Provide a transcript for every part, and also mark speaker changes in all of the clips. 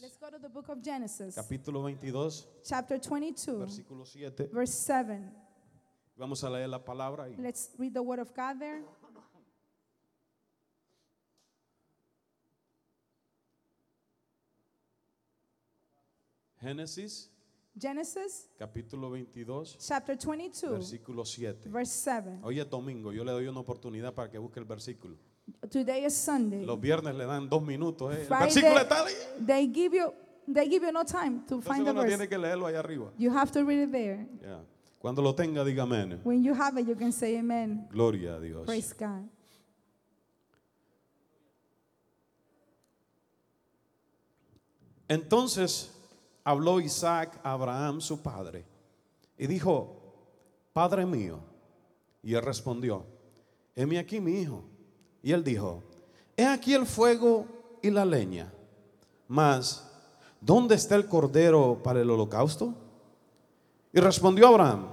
Speaker 1: Let's go to the book of Genesis,
Speaker 2: capítulo 22,
Speaker 1: chapter 22,
Speaker 2: versículo 7.
Speaker 1: verse 7.
Speaker 2: Vamos a leer la palabra y
Speaker 1: Let's read the word of God there.
Speaker 2: Génesis,
Speaker 1: Genesis,
Speaker 2: capítulo 22,
Speaker 1: chapter 22,
Speaker 2: versículo 7.
Speaker 1: verse 7.
Speaker 2: Hoy es domingo, yo le doy una oportunidad para que busque el versículo.
Speaker 1: Today is Sunday.
Speaker 2: Los viernes le dan dos minutos. ¿eh? El
Speaker 1: Friday,
Speaker 2: versículo está ahí.
Speaker 1: They give you they give you no time to
Speaker 2: Entonces
Speaker 1: find the
Speaker 2: uno
Speaker 1: verse.
Speaker 2: tiene que leerlo allá arriba.
Speaker 1: You have to read it there.
Speaker 2: Ya. Cuando lo tenga, diga amén.
Speaker 1: When you have it, you can say amen.
Speaker 2: Gloria a Dios.
Speaker 1: Praise God.
Speaker 2: Entonces habló Isaac a Abraham, su padre, y dijo, Padre mío. Y él respondió, Heme aquí mi hijo. Y él dijo, He aquí el fuego y la leña, mas ¿dónde está el cordero para el holocausto? Y respondió Abraham,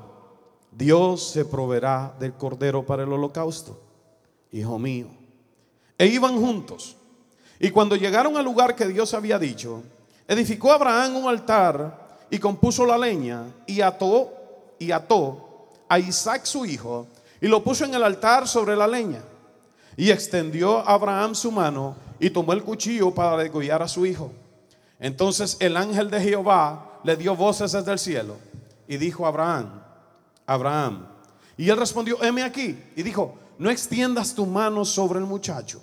Speaker 2: Dios se proveerá del cordero para el holocausto, hijo mío. E iban juntos. Y cuando llegaron al lugar que Dios había dicho, edificó Abraham un altar y compuso la leña y ató y ató a Isaac su hijo y lo puso en el altar sobre la leña. Y extendió Abraham su mano y tomó el cuchillo para degollar a su hijo. Entonces el ángel de Jehová le dio voces desde el cielo y dijo a Abraham, Abraham. Y él respondió, heme aquí. Y dijo, no extiendas tu mano sobre el muchacho,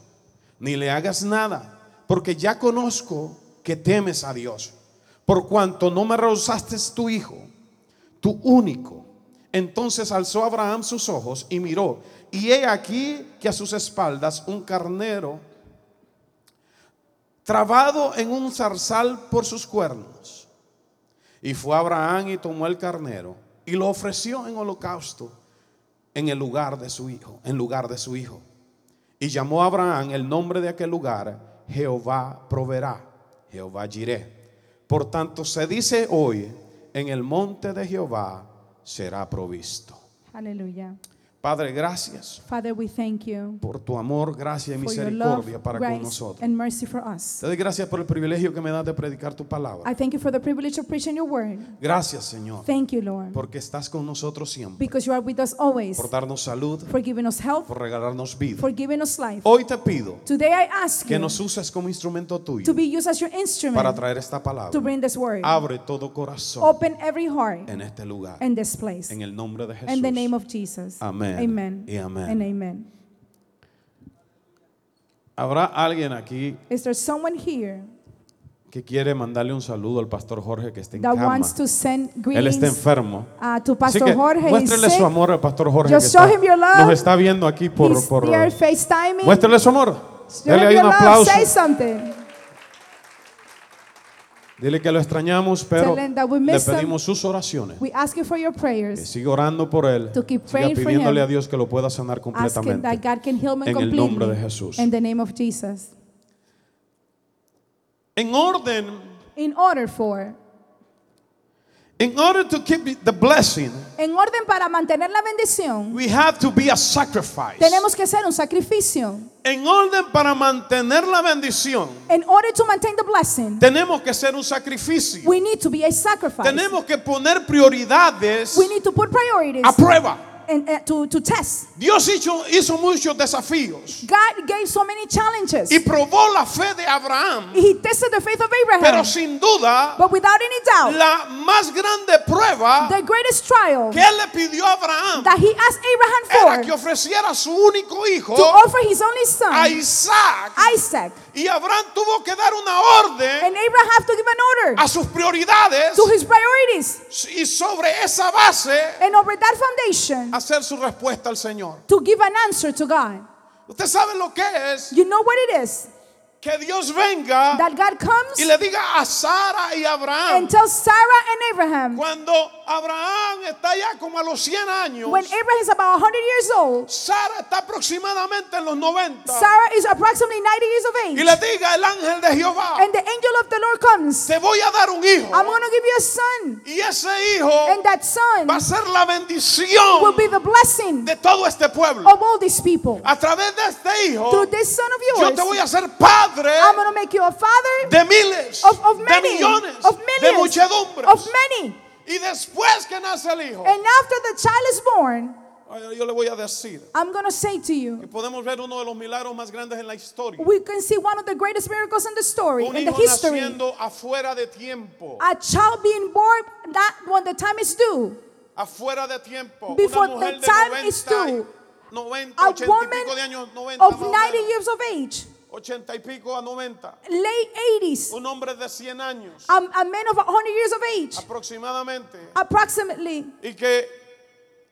Speaker 2: ni le hagas nada, porque ya conozco que temes a Dios, por cuanto no me rehusaste tu hijo, tu único. Entonces alzó Abraham sus ojos y miró, y he aquí que a sus espaldas un carnero trabado en un zarzal por sus cuernos. Y fue Abraham y tomó el carnero y lo ofreció en holocausto en el lugar de su hijo, en lugar de su hijo. Y llamó a Abraham el nombre de aquel lugar, Jehová proveerá, Jehová Jireh. Por tanto se dice hoy, en el monte de Jehová será provisto.
Speaker 1: Hallelujah.
Speaker 2: Padre, gracias
Speaker 1: Father, we thank you
Speaker 2: por tu amor, gracia y
Speaker 1: for your love,
Speaker 2: misericordia para con
Speaker 1: grace,
Speaker 2: nosotros.
Speaker 1: and mercy for us.
Speaker 2: Te doy gracias por el privilegio que me das de predicar tu palabra.
Speaker 1: I thank you for the privilege of preaching your word.
Speaker 2: Gracias, Señor,
Speaker 1: Thank you, Lord,
Speaker 2: porque estás con nosotros siempre.
Speaker 1: because you are with us always,
Speaker 2: por darnos salud,
Speaker 1: for giving us health,
Speaker 2: por regalarnos vida.
Speaker 1: for giving us life.
Speaker 2: Hoy te pido
Speaker 1: Today I ask
Speaker 2: Oh. que
Speaker 1: you
Speaker 2: nos uses como instrumento
Speaker 1: to
Speaker 2: tuyo
Speaker 1: be used as your
Speaker 2: para
Speaker 1: instrument
Speaker 2: traer esta
Speaker 1: to
Speaker 2: palabra.
Speaker 1: bring this word.
Speaker 2: Abre todo corazón
Speaker 1: Open every heart
Speaker 2: en este lugar,
Speaker 1: in this place.
Speaker 2: en el nombre de
Speaker 1: In the name
Speaker 2: Jesús.
Speaker 1: of Jesus.
Speaker 2: Amén
Speaker 1: Amen.
Speaker 2: y amén.
Speaker 1: And amen.
Speaker 2: Habrá alguien aquí
Speaker 1: Is there someone here
Speaker 2: que quiere mandarle un saludo al pastor Jorge que está en
Speaker 1: that
Speaker 2: cama.
Speaker 1: wants to send
Speaker 2: Él está
Speaker 1: greetings
Speaker 2: enfermo.
Speaker 1: uh, to
Speaker 2: Así
Speaker 1: Pastor
Speaker 2: que
Speaker 1: Jorge? He's
Speaker 2: muéstrele
Speaker 1: sick.
Speaker 2: su amor al pastor Jorge que
Speaker 1: Just show
Speaker 2: está-
Speaker 1: him your love.
Speaker 2: nos está viendo aquí por
Speaker 1: He's
Speaker 2: por
Speaker 1: there FaceTiming.
Speaker 2: Muéstrele su amor.
Speaker 1: Show
Speaker 2: Dele
Speaker 1: him
Speaker 2: ahí
Speaker 1: your
Speaker 2: un
Speaker 1: love.
Speaker 2: aplauso.
Speaker 1: Say something.
Speaker 2: Dile que lo extrañamos, pero
Speaker 1: Tell him that we
Speaker 2: le
Speaker 1: miss him.
Speaker 2: pedimos sus oraciones.
Speaker 1: We ask you for your
Speaker 2: Que
Speaker 1: prayers.
Speaker 2: siga orando por él.
Speaker 1: To keep
Speaker 2: Siga
Speaker 1: praying for
Speaker 2: pidiéndole
Speaker 1: him.
Speaker 2: a Dios que lo pueda sanar
Speaker 1: Asking that
Speaker 2: completamente.
Speaker 1: God can heal me
Speaker 2: En el nombre de
Speaker 1: completely.
Speaker 2: Jesús.
Speaker 1: In the name of Jesus.
Speaker 2: In order,
Speaker 1: In order for,
Speaker 2: in order to keep the blessing,
Speaker 1: en orden para mantener la bendición,
Speaker 2: we have to be a sacrifice.
Speaker 1: tenemos que hacer un sacrificio.
Speaker 2: En orden para mantener la bendición,
Speaker 1: In order to maintain the blessing,
Speaker 2: tenemos que ser un sacrificio.
Speaker 1: we need to be a sacrifice.
Speaker 2: Tenemos que poner prioridades
Speaker 1: We need to put priorities
Speaker 2: a prueba.
Speaker 1: and, uh, to, to test.
Speaker 2: Dios hizo, hizo muchos desafíos
Speaker 1: God gave so many challenges.
Speaker 2: y probó la fe de Abraham,
Speaker 1: He tested the faith of Abraham.
Speaker 2: pero sin duda
Speaker 1: but without any doubt,
Speaker 2: la más grande prueba
Speaker 1: the greatest trial
Speaker 2: que él le pidió a Abraham
Speaker 1: that he asked
Speaker 2: era
Speaker 1: Abraham
Speaker 2: que
Speaker 1: for
Speaker 2: ofreciera a su único hijo
Speaker 1: to offer his only
Speaker 2: a
Speaker 1: son,
Speaker 2: Isaac
Speaker 1: Isaac.
Speaker 2: y Abraham tuvo que dar una orden
Speaker 1: And Abraham had to give an order
Speaker 2: a sus prioridades
Speaker 1: to his priorities.
Speaker 2: y sobre esa base
Speaker 1: And over that foundation,
Speaker 2: hacer su respuesta al Señor.
Speaker 1: to give an answer to God.
Speaker 2: Usted sabe lo que es
Speaker 1: You know what it is
Speaker 2: que Dios venga
Speaker 1: that God
Speaker 2: Ah. y
Speaker 1: comes
Speaker 2: le diga a Sara y a
Speaker 1: and
Speaker 2: Abraham
Speaker 1: tells Sarah and Abraham
Speaker 2: cuando Abraham está ya como a los 100 años,
Speaker 1: When Abraham is about 100 years old,
Speaker 2: Sara está aproximadamente en los 90,
Speaker 1: Sarah is approximately 90 years of
Speaker 2: y
Speaker 1: age.
Speaker 2: le diga el ángel de Jehová,
Speaker 1: And the angel of the Lord comes.
Speaker 2: te voy a dar un hijo,
Speaker 1: I'm going to give you a son.
Speaker 2: y ese hijo
Speaker 1: And that son
Speaker 2: va a ser la bendición
Speaker 1: will be the blessing
Speaker 2: de todo este pueblo.
Speaker 1: of all these people.
Speaker 2: A través de este hijo,
Speaker 1: Through this son of
Speaker 2: yo te voy
Speaker 1: yours,
Speaker 2: a ser padre
Speaker 1: I'm going to make you a father
Speaker 2: de miles,
Speaker 1: of, of
Speaker 2: de
Speaker 1: many,
Speaker 2: millones,
Speaker 1: of
Speaker 2: de
Speaker 1: millions,
Speaker 2: muchedumbres.
Speaker 1: of many.
Speaker 2: Y después que nace el hijo,
Speaker 1: And after the child is born,
Speaker 2: ay, yo le voy a decir
Speaker 1: I'm going to say to you,
Speaker 2: que podemos ver uno de los milagros más grandes en la historia.
Speaker 1: we can see one of the greatest miracles in the story,
Speaker 2: Un
Speaker 1: in the
Speaker 2: hijo
Speaker 1: history.
Speaker 2: naciendo afuera de tiempo,
Speaker 1: A child being born that when the time is due.
Speaker 2: afuera de tiempo.
Speaker 1: Before
Speaker 2: Una
Speaker 1: the
Speaker 2: mujer de
Speaker 1: time is
Speaker 2: 90, y-
Speaker 1: due.
Speaker 2: 90,
Speaker 1: A
Speaker 2: 80 y
Speaker 1: woman
Speaker 2: pico de años, 90,
Speaker 1: of
Speaker 2: más o
Speaker 1: 90
Speaker 2: menos,
Speaker 1: years of age,
Speaker 2: 80 y pico a 90.
Speaker 1: late 80s,
Speaker 2: Un hombre de 100 años
Speaker 1: a, a man of 100 years of age,
Speaker 2: aproximadamente.
Speaker 1: approximately.
Speaker 2: y que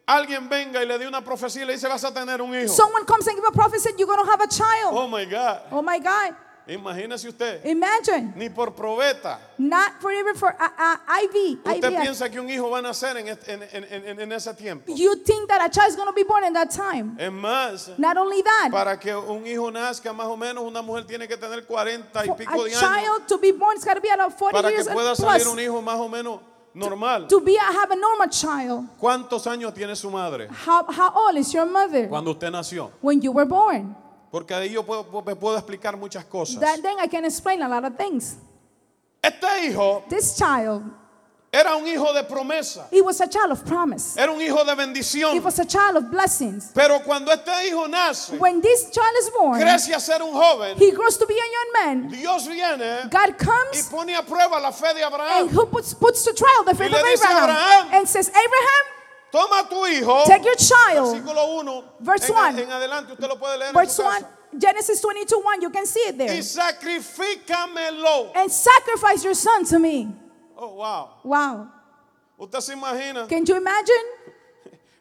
Speaker 2: alguien venga y le dé una profecía y le dice vas a tener un hijo.
Speaker 1: Someone comes and give a prophecy, you're going to have a child.
Speaker 2: oh my God.
Speaker 1: Oh my God.
Speaker 2: Imagínese usted,
Speaker 1: Imagine.
Speaker 2: ni por probeta.
Speaker 1: Not for even for uh, uh, IV.
Speaker 2: Usted
Speaker 1: IVF.
Speaker 2: piensa que un hijo va a nacer en, este- en, en- en- en ese tiempo.
Speaker 1: You think that a child is going to be born in that time.
Speaker 2: Es más,
Speaker 1: Not only that,
Speaker 2: para que un hijo nazca más o menos, una mujer tiene que tener 40 y
Speaker 1: for
Speaker 2: pico
Speaker 1: a
Speaker 2: de años
Speaker 1: child to be born, it's got to be at a 40
Speaker 2: para que
Speaker 1: years and
Speaker 2: pueda salir
Speaker 1: plus
Speaker 2: un hijo más o menos normal.
Speaker 1: to be a, have a normal child.
Speaker 2: ¿Cuántos años tiene su madre
Speaker 1: How, how old is your mother
Speaker 2: cuando usted nació?
Speaker 1: when you were born?
Speaker 2: Porque ahí yo puedo, me puedo explicar muchas cosas.
Speaker 1: That then I can explain a lot of things.
Speaker 2: Este hijo
Speaker 1: This child,
Speaker 2: era un hijo de promesa.
Speaker 1: he was a child of promise.
Speaker 2: Era un hijo de
Speaker 1: He
Speaker 2: bendición.
Speaker 1: was a child of blessings.
Speaker 2: Pero cuando este hijo nace,
Speaker 1: When this child is born,
Speaker 2: crece a ser un joven,
Speaker 1: he grows to be a young man.
Speaker 2: Dios viene
Speaker 1: God
Speaker 2: y
Speaker 1: comes
Speaker 2: pone a prueba la fe de
Speaker 1: and
Speaker 2: Abraham.
Speaker 1: who puts, puts to trial the faith
Speaker 2: le
Speaker 1: of
Speaker 2: dice a
Speaker 1: Abraham
Speaker 2: Abraham,
Speaker 1: and says, Abraham,
Speaker 2: Toma a tu hijo.
Speaker 1: take your child.
Speaker 2: Versículo 1.
Speaker 1: Verse
Speaker 2: en, a- one. en adelante usted lo puede leer en
Speaker 1: Verse
Speaker 2: su
Speaker 1: 1,
Speaker 2: casa.
Speaker 1: Genesis 22 1, you can see it there.
Speaker 2: Y sacrifícamelo.
Speaker 1: And sacrifice your son to me.
Speaker 2: Oh, wow.
Speaker 1: Wow.
Speaker 2: Usted se imagina.
Speaker 1: Can you imagine?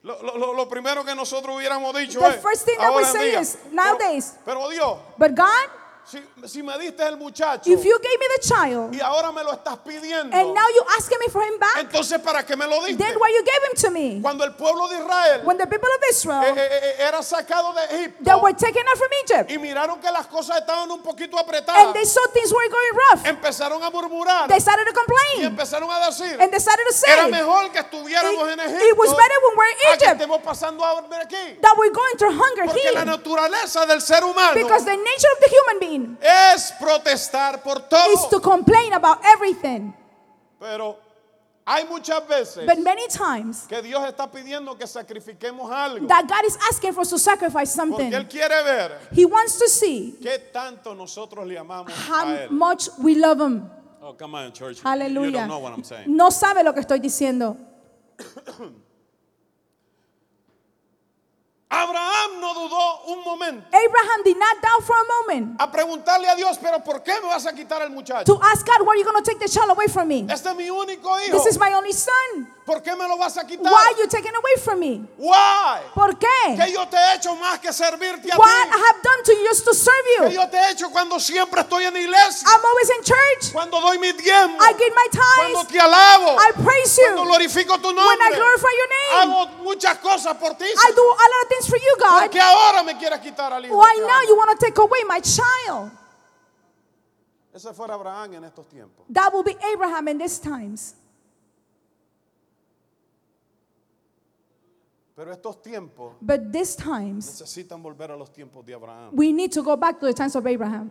Speaker 2: Lo, lo- lo- lo primero que nosotros hubiéramos dicho
Speaker 1: The
Speaker 2: es.
Speaker 1: first thing that we
Speaker 2: ahora en
Speaker 1: say
Speaker 2: día,
Speaker 1: is,
Speaker 2: pero-
Speaker 1: nowadays.
Speaker 2: Pero, Dios,
Speaker 1: But God,
Speaker 2: si, si me diste el muchacho
Speaker 1: if you gave me the child
Speaker 2: y ahora me lo estás pidiendo,
Speaker 1: and now you asking me for him back,
Speaker 2: entonces ¿para qué me lo diste?
Speaker 1: then why you gave him to me?
Speaker 2: Cuando el pueblo de Israel
Speaker 1: When the people of
Speaker 2: eh, oh.
Speaker 1: Israel
Speaker 2: eh, eh, era sacado de
Speaker 1: that
Speaker 2: Egipto
Speaker 1: were taken out from Egypt
Speaker 2: y miraron que las cosas estaban un poquito apretadas,
Speaker 1: and they saw things were going rough,
Speaker 2: empezaron a murmurar
Speaker 1: they started to
Speaker 2: y
Speaker 1: complain
Speaker 2: empezaron a decir,
Speaker 1: and they started to say
Speaker 2: era
Speaker 1: it,
Speaker 2: mejor que estuviéramos en
Speaker 1: it was
Speaker 2: Egipto
Speaker 1: better when we're
Speaker 2: a
Speaker 1: in
Speaker 2: que
Speaker 1: Egypt
Speaker 2: estemos pasando hambre aquí.
Speaker 1: that we're going through hunger
Speaker 2: Porque
Speaker 1: here
Speaker 2: la naturaleza del ser humano
Speaker 1: because the nature of the human being
Speaker 2: es protestar por
Speaker 1: is to
Speaker 2: todo.
Speaker 1: complain about everything.
Speaker 2: Pero hay muchas veces
Speaker 1: But many times
Speaker 2: que Dios está pidiendo que sacrifiquemos algo
Speaker 1: that God is asking for us to sacrifice
Speaker 2: porque Él
Speaker 1: something.
Speaker 2: quiere ver
Speaker 1: He wants to see
Speaker 2: qué tanto nosotros le amamos a
Speaker 1: how
Speaker 2: Él.
Speaker 1: much we love him.
Speaker 2: Oh, come on, church. You- You
Speaker 1: Aleluya.
Speaker 2: don't know what I'm saying.
Speaker 1: No sabe lo que estoy diciendo.
Speaker 2: Abraham no dudó un momento
Speaker 1: Abraham did not doubt for a moment
Speaker 2: a preguntarle a Dios, pero ¿por qué me vas a quitar el muchacho?
Speaker 1: to ask God, why are you going to take the child away from me?
Speaker 2: Este es mi único hijo.
Speaker 1: This is my only son.
Speaker 2: ¿Por qué me lo vas a quitar?
Speaker 1: Why are you taking away from me?
Speaker 2: Why?
Speaker 1: ¿Por qué?
Speaker 2: Que yo te he hecho más que servirte a
Speaker 1: What
Speaker 2: ti.
Speaker 1: I have done to you just to serve
Speaker 2: Que
Speaker 1: you.
Speaker 2: yo te he hecho cuando siempre estoy en la iglesia,
Speaker 1: I'm always in church.
Speaker 2: cuando doy mi diezmo,
Speaker 1: I give my
Speaker 2: cuando
Speaker 1: tithes.
Speaker 2: te alabo,
Speaker 1: I praise
Speaker 2: cuando
Speaker 1: you.
Speaker 2: glorifico tu
Speaker 1: When I
Speaker 2: nombre.
Speaker 1: glorify your name,
Speaker 2: Hago muchas cosas por ti.
Speaker 1: I do a lot of things for you, God.
Speaker 2: Porque ahora me quieres quitar al hijo.
Speaker 1: Why
Speaker 2: que
Speaker 1: now
Speaker 2: amo?
Speaker 1: you want to take away my child?
Speaker 2: Ese fuera Abraham en estos tiempos.
Speaker 1: That will be Abraham in these times.
Speaker 2: Pero estos tiempos
Speaker 1: But these times,
Speaker 2: necesitan volver a los tiempos de Abraham.
Speaker 1: we need to go back to the times of Abraham.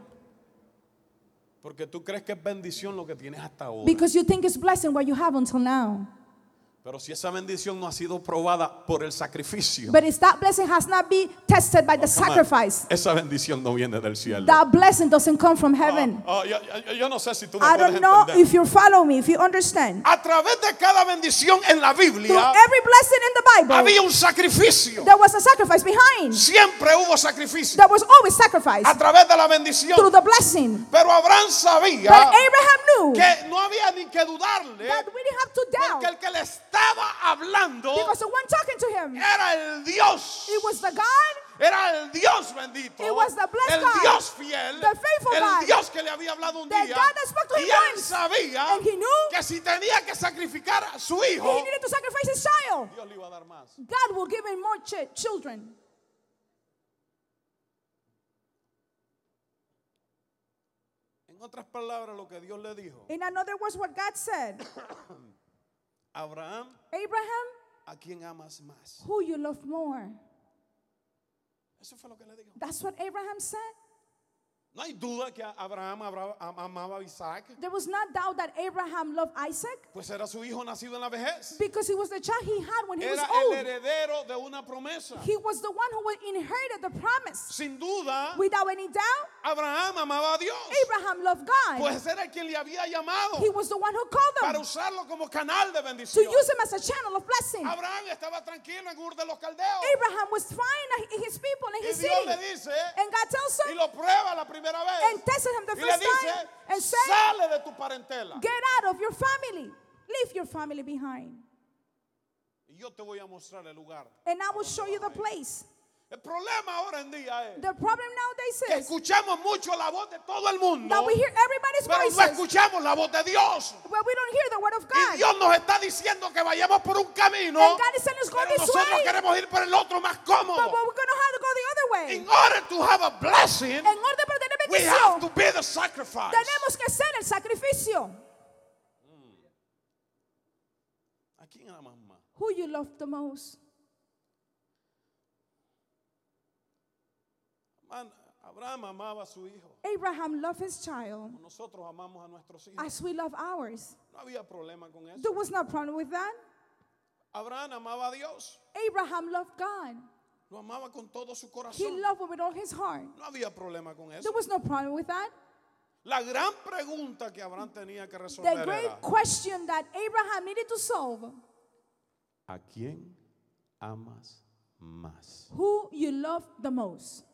Speaker 2: Porque tú crees que es bendición lo que tienes hasta ahora.
Speaker 1: Because you think it's blessing what you have until now.
Speaker 2: Pero si esa bendición no ha sido probada por el sacrificio,
Speaker 1: But if that blessing has not been tested by the
Speaker 2: Oh, come on,
Speaker 1: sacrifice,
Speaker 2: esa bendición no viene del cielo.
Speaker 1: that blessing doesn't come from heaven.
Speaker 2: Oh, yo, yo- yo no sé si tú me
Speaker 1: I don't
Speaker 2: puedes
Speaker 1: know
Speaker 2: entender.
Speaker 1: if you follow me, if you understand.
Speaker 2: A través de cada bendición en la
Speaker 1: Through
Speaker 2: Biblia
Speaker 1: every blessing in the Bible,
Speaker 2: había un sacrificio.
Speaker 1: there was a sacrifice behind.
Speaker 2: Siempre hubo sacrificio.
Speaker 1: There was always sacrifice
Speaker 2: A través de la
Speaker 1: through
Speaker 2: bendición.
Speaker 1: the blessing.
Speaker 2: Pero Abraham
Speaker 1: But
Speaker 2: sabía
Speaker 1: Abraham knew
Speaker 2: que no había ni que dudarle
Speaker 1: that we didn't have to
Speaker 2: porque
Speaker 1: doubt
Speaker 2: el que le estaba hablando
Speaker 1: because the one talking to him,
Speaker 2: era el Dios.
Speaker 1: it was the God
Speaker 2: Era el Dios bendito.
Speaker 1: It was the blessed
Speaker 2: el
Speaker 1: God,
Speaker 2: Dios fiel.
Speaker 1: the faithful
Speaker 2: el
Speaker 1: God,
Speaker 2: Dios que le había hablado un
Speaker 1: the
Speaker 2: día.
Speaker 1: God that spoke to
Speaker 2: y
Speaker 1: him
Speaker 2: él
Speaker 1: once,
Speaker 2: sabía
Speaker 1: and he knew
Speaker 2: que
Speaker 3: Porque si tenía que sacrificar a su hijo,
Speaker 1: He needed to sacrifice his child.
Speaker 2: Dios le iba a dar más.
Speaker 1: God will give him more ch- children.
Speaker 2: En otras palabras, lo que Dios le dijo,
Speaker 1: In another words, what God said
Speaker 2: Abraham,
Speaker 1: Abraham,
Speaker 2: ¿a quién amas más?
Speaker 1: who you love more.
Speaker 2: Eso fue lo que le dijo.
Speaker 1: That's what Abraham said.
Speaker 2: No hay duda que Abraham abra- am- amaba a Isaac,
Speaker 1: There was not doubt that Abraham loved Isaac
Speaker 2: pues era su hijo nacido en la vejez.
Speaker 1: because he was the child he had when he was
Speaker 2: Era el
Speaker 1: old.
Speaker 2: heredero de una promesa.
Speaker 1: He was the one who would inherited the promise.
Speaker 2: Sin duda,
Speaker 1: Without any doubt,
Speaker 2: Abraham amaba a Dios.
Speaker 1: Abraham loved God.
Speaker 2: Pues era quien le había llamado
Speaker 1: He was the one who called
Speaker 2: para
Speaker 1: them
Speaker 2: usarlo como canal de
Speaker 1: to
Speaker 2: bendición.
Speaker 1: use him as a channel of blessing.
Speaker 2: Abraham estaba tranquilo en Ur de los Caldeos.
Speaker 1: Abraham was fine in his people and
Speaker 2: Y
Speaker 1: his
Speaker 2: Dios
Speaker 1: city.
Speaker 2: le dice
Speaker 1: And God tells
Speaker 2: y
Speaker 1: him
Speaker 2: lo prueba la primera vez.
Speaker 1: and tested him the
Speaker 2: y le
Speaker 1: first time
Speaker 2: dice,
Speaker 1: and said,
Speaker 2: sale de tu parentela.
Speaker 1: Get out of your family. Leave your family behind.
Speaker 2: Y yo te voy a mostrar el lugar.
Speaker 1: And I will show you the place.
Speaker 2: El problema ahora en día es
Speaker 1: The problem
Speaker 2: que
Speaker 1: nowadays is
Speaker 2: escuchamos mucho la voz de todo el mundo,
Speaker 1: that we hear
Speaker 2: pero
Speaker 1: everybody's
Speaker 2: no
Speaker 1: voices,
Speaker 2: escuchamos la voz de Dios.
Speaker 1: but we don't hear the word of
Speaker 2: Y
Speaker 1: God.
Speaker 2: Dios nos está diciendo que vayamos por un camino,
Speaker 1: And God is telling us, "Go
Speaker 2: pero
Speaker 1: this
Speaker 2: nosotros
Speaker 1: way."
Speaker 2: queremos ir por el otro más cómodo.
Speaker 1: But we're going to have to go the other way.
Speaker 2: In order to have a blessing,
Speaker 1: En orden para tener
Speaker 2: we have to
Speaker 1: bendición,
Speaker 2: be the sacrifice.
Speaker 1: tenemos que hacer el sacrificio.
Speaker 2: ¿A quién amas más?
Speaker 1: Who you love the most?
Speaker 2: Man, Abraham amaba a su hijo.
Speaker 1: Abraham loved his child
Speaker 2: Nosotros amamos a nuestros hijos.
Speaker 1: as we love ours.
Speaker 2: No había problema con eso.
Speaker 1: There was no problem with that.
Speaker 2: Abraham amaba a Dios.
Speaker 1: Abraham loved God.
Speaker 2: Lo amaba con todo su
Speaker 1: He
Speaker 2: corazón.
Speaker 1: loved him with all his heart.
Speaker 2: No había problema con
Speaker 1: There
Speaker 2: eso.
Speaker 1: was no problem with that.
Speaker 2: La gran pregunta que Abraham tenía que resolver
Speaker 1: The great
Speaker 2: era,
Speaker 1: question that Abraham needed to solve
Speaker 2: ¿a quién amas más?
Speaker 1: who you love the most?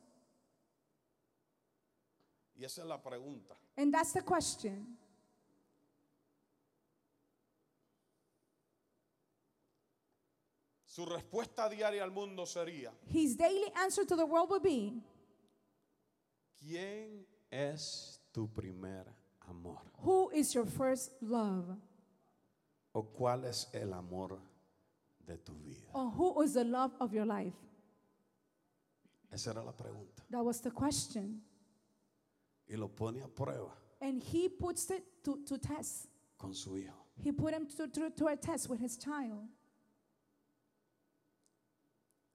Speaker 2: Y esa es la pregunta.
Speaker 1: And that's the question.
Speaker 2: Su respuesta diaria al mundo sería,
Speaker 1: His daily answer to the world would be
Speaker 2: ¿quién es tu primer amor?
Speaker 1: Who is your first love?
Speaker 2: ¿O cuál es el amor de tu vida?
Speaker 1: Or who is the love of your life?
Speaker 2: Esa era la pregunta.
Speaker 1: That was the question.
Speaker 2: Y lo pone a prueba
Speaker 1: And he puts it to, to test.
Speaker 2: con su hijo.
Speaker 1: He put him to, to, to a test with his child.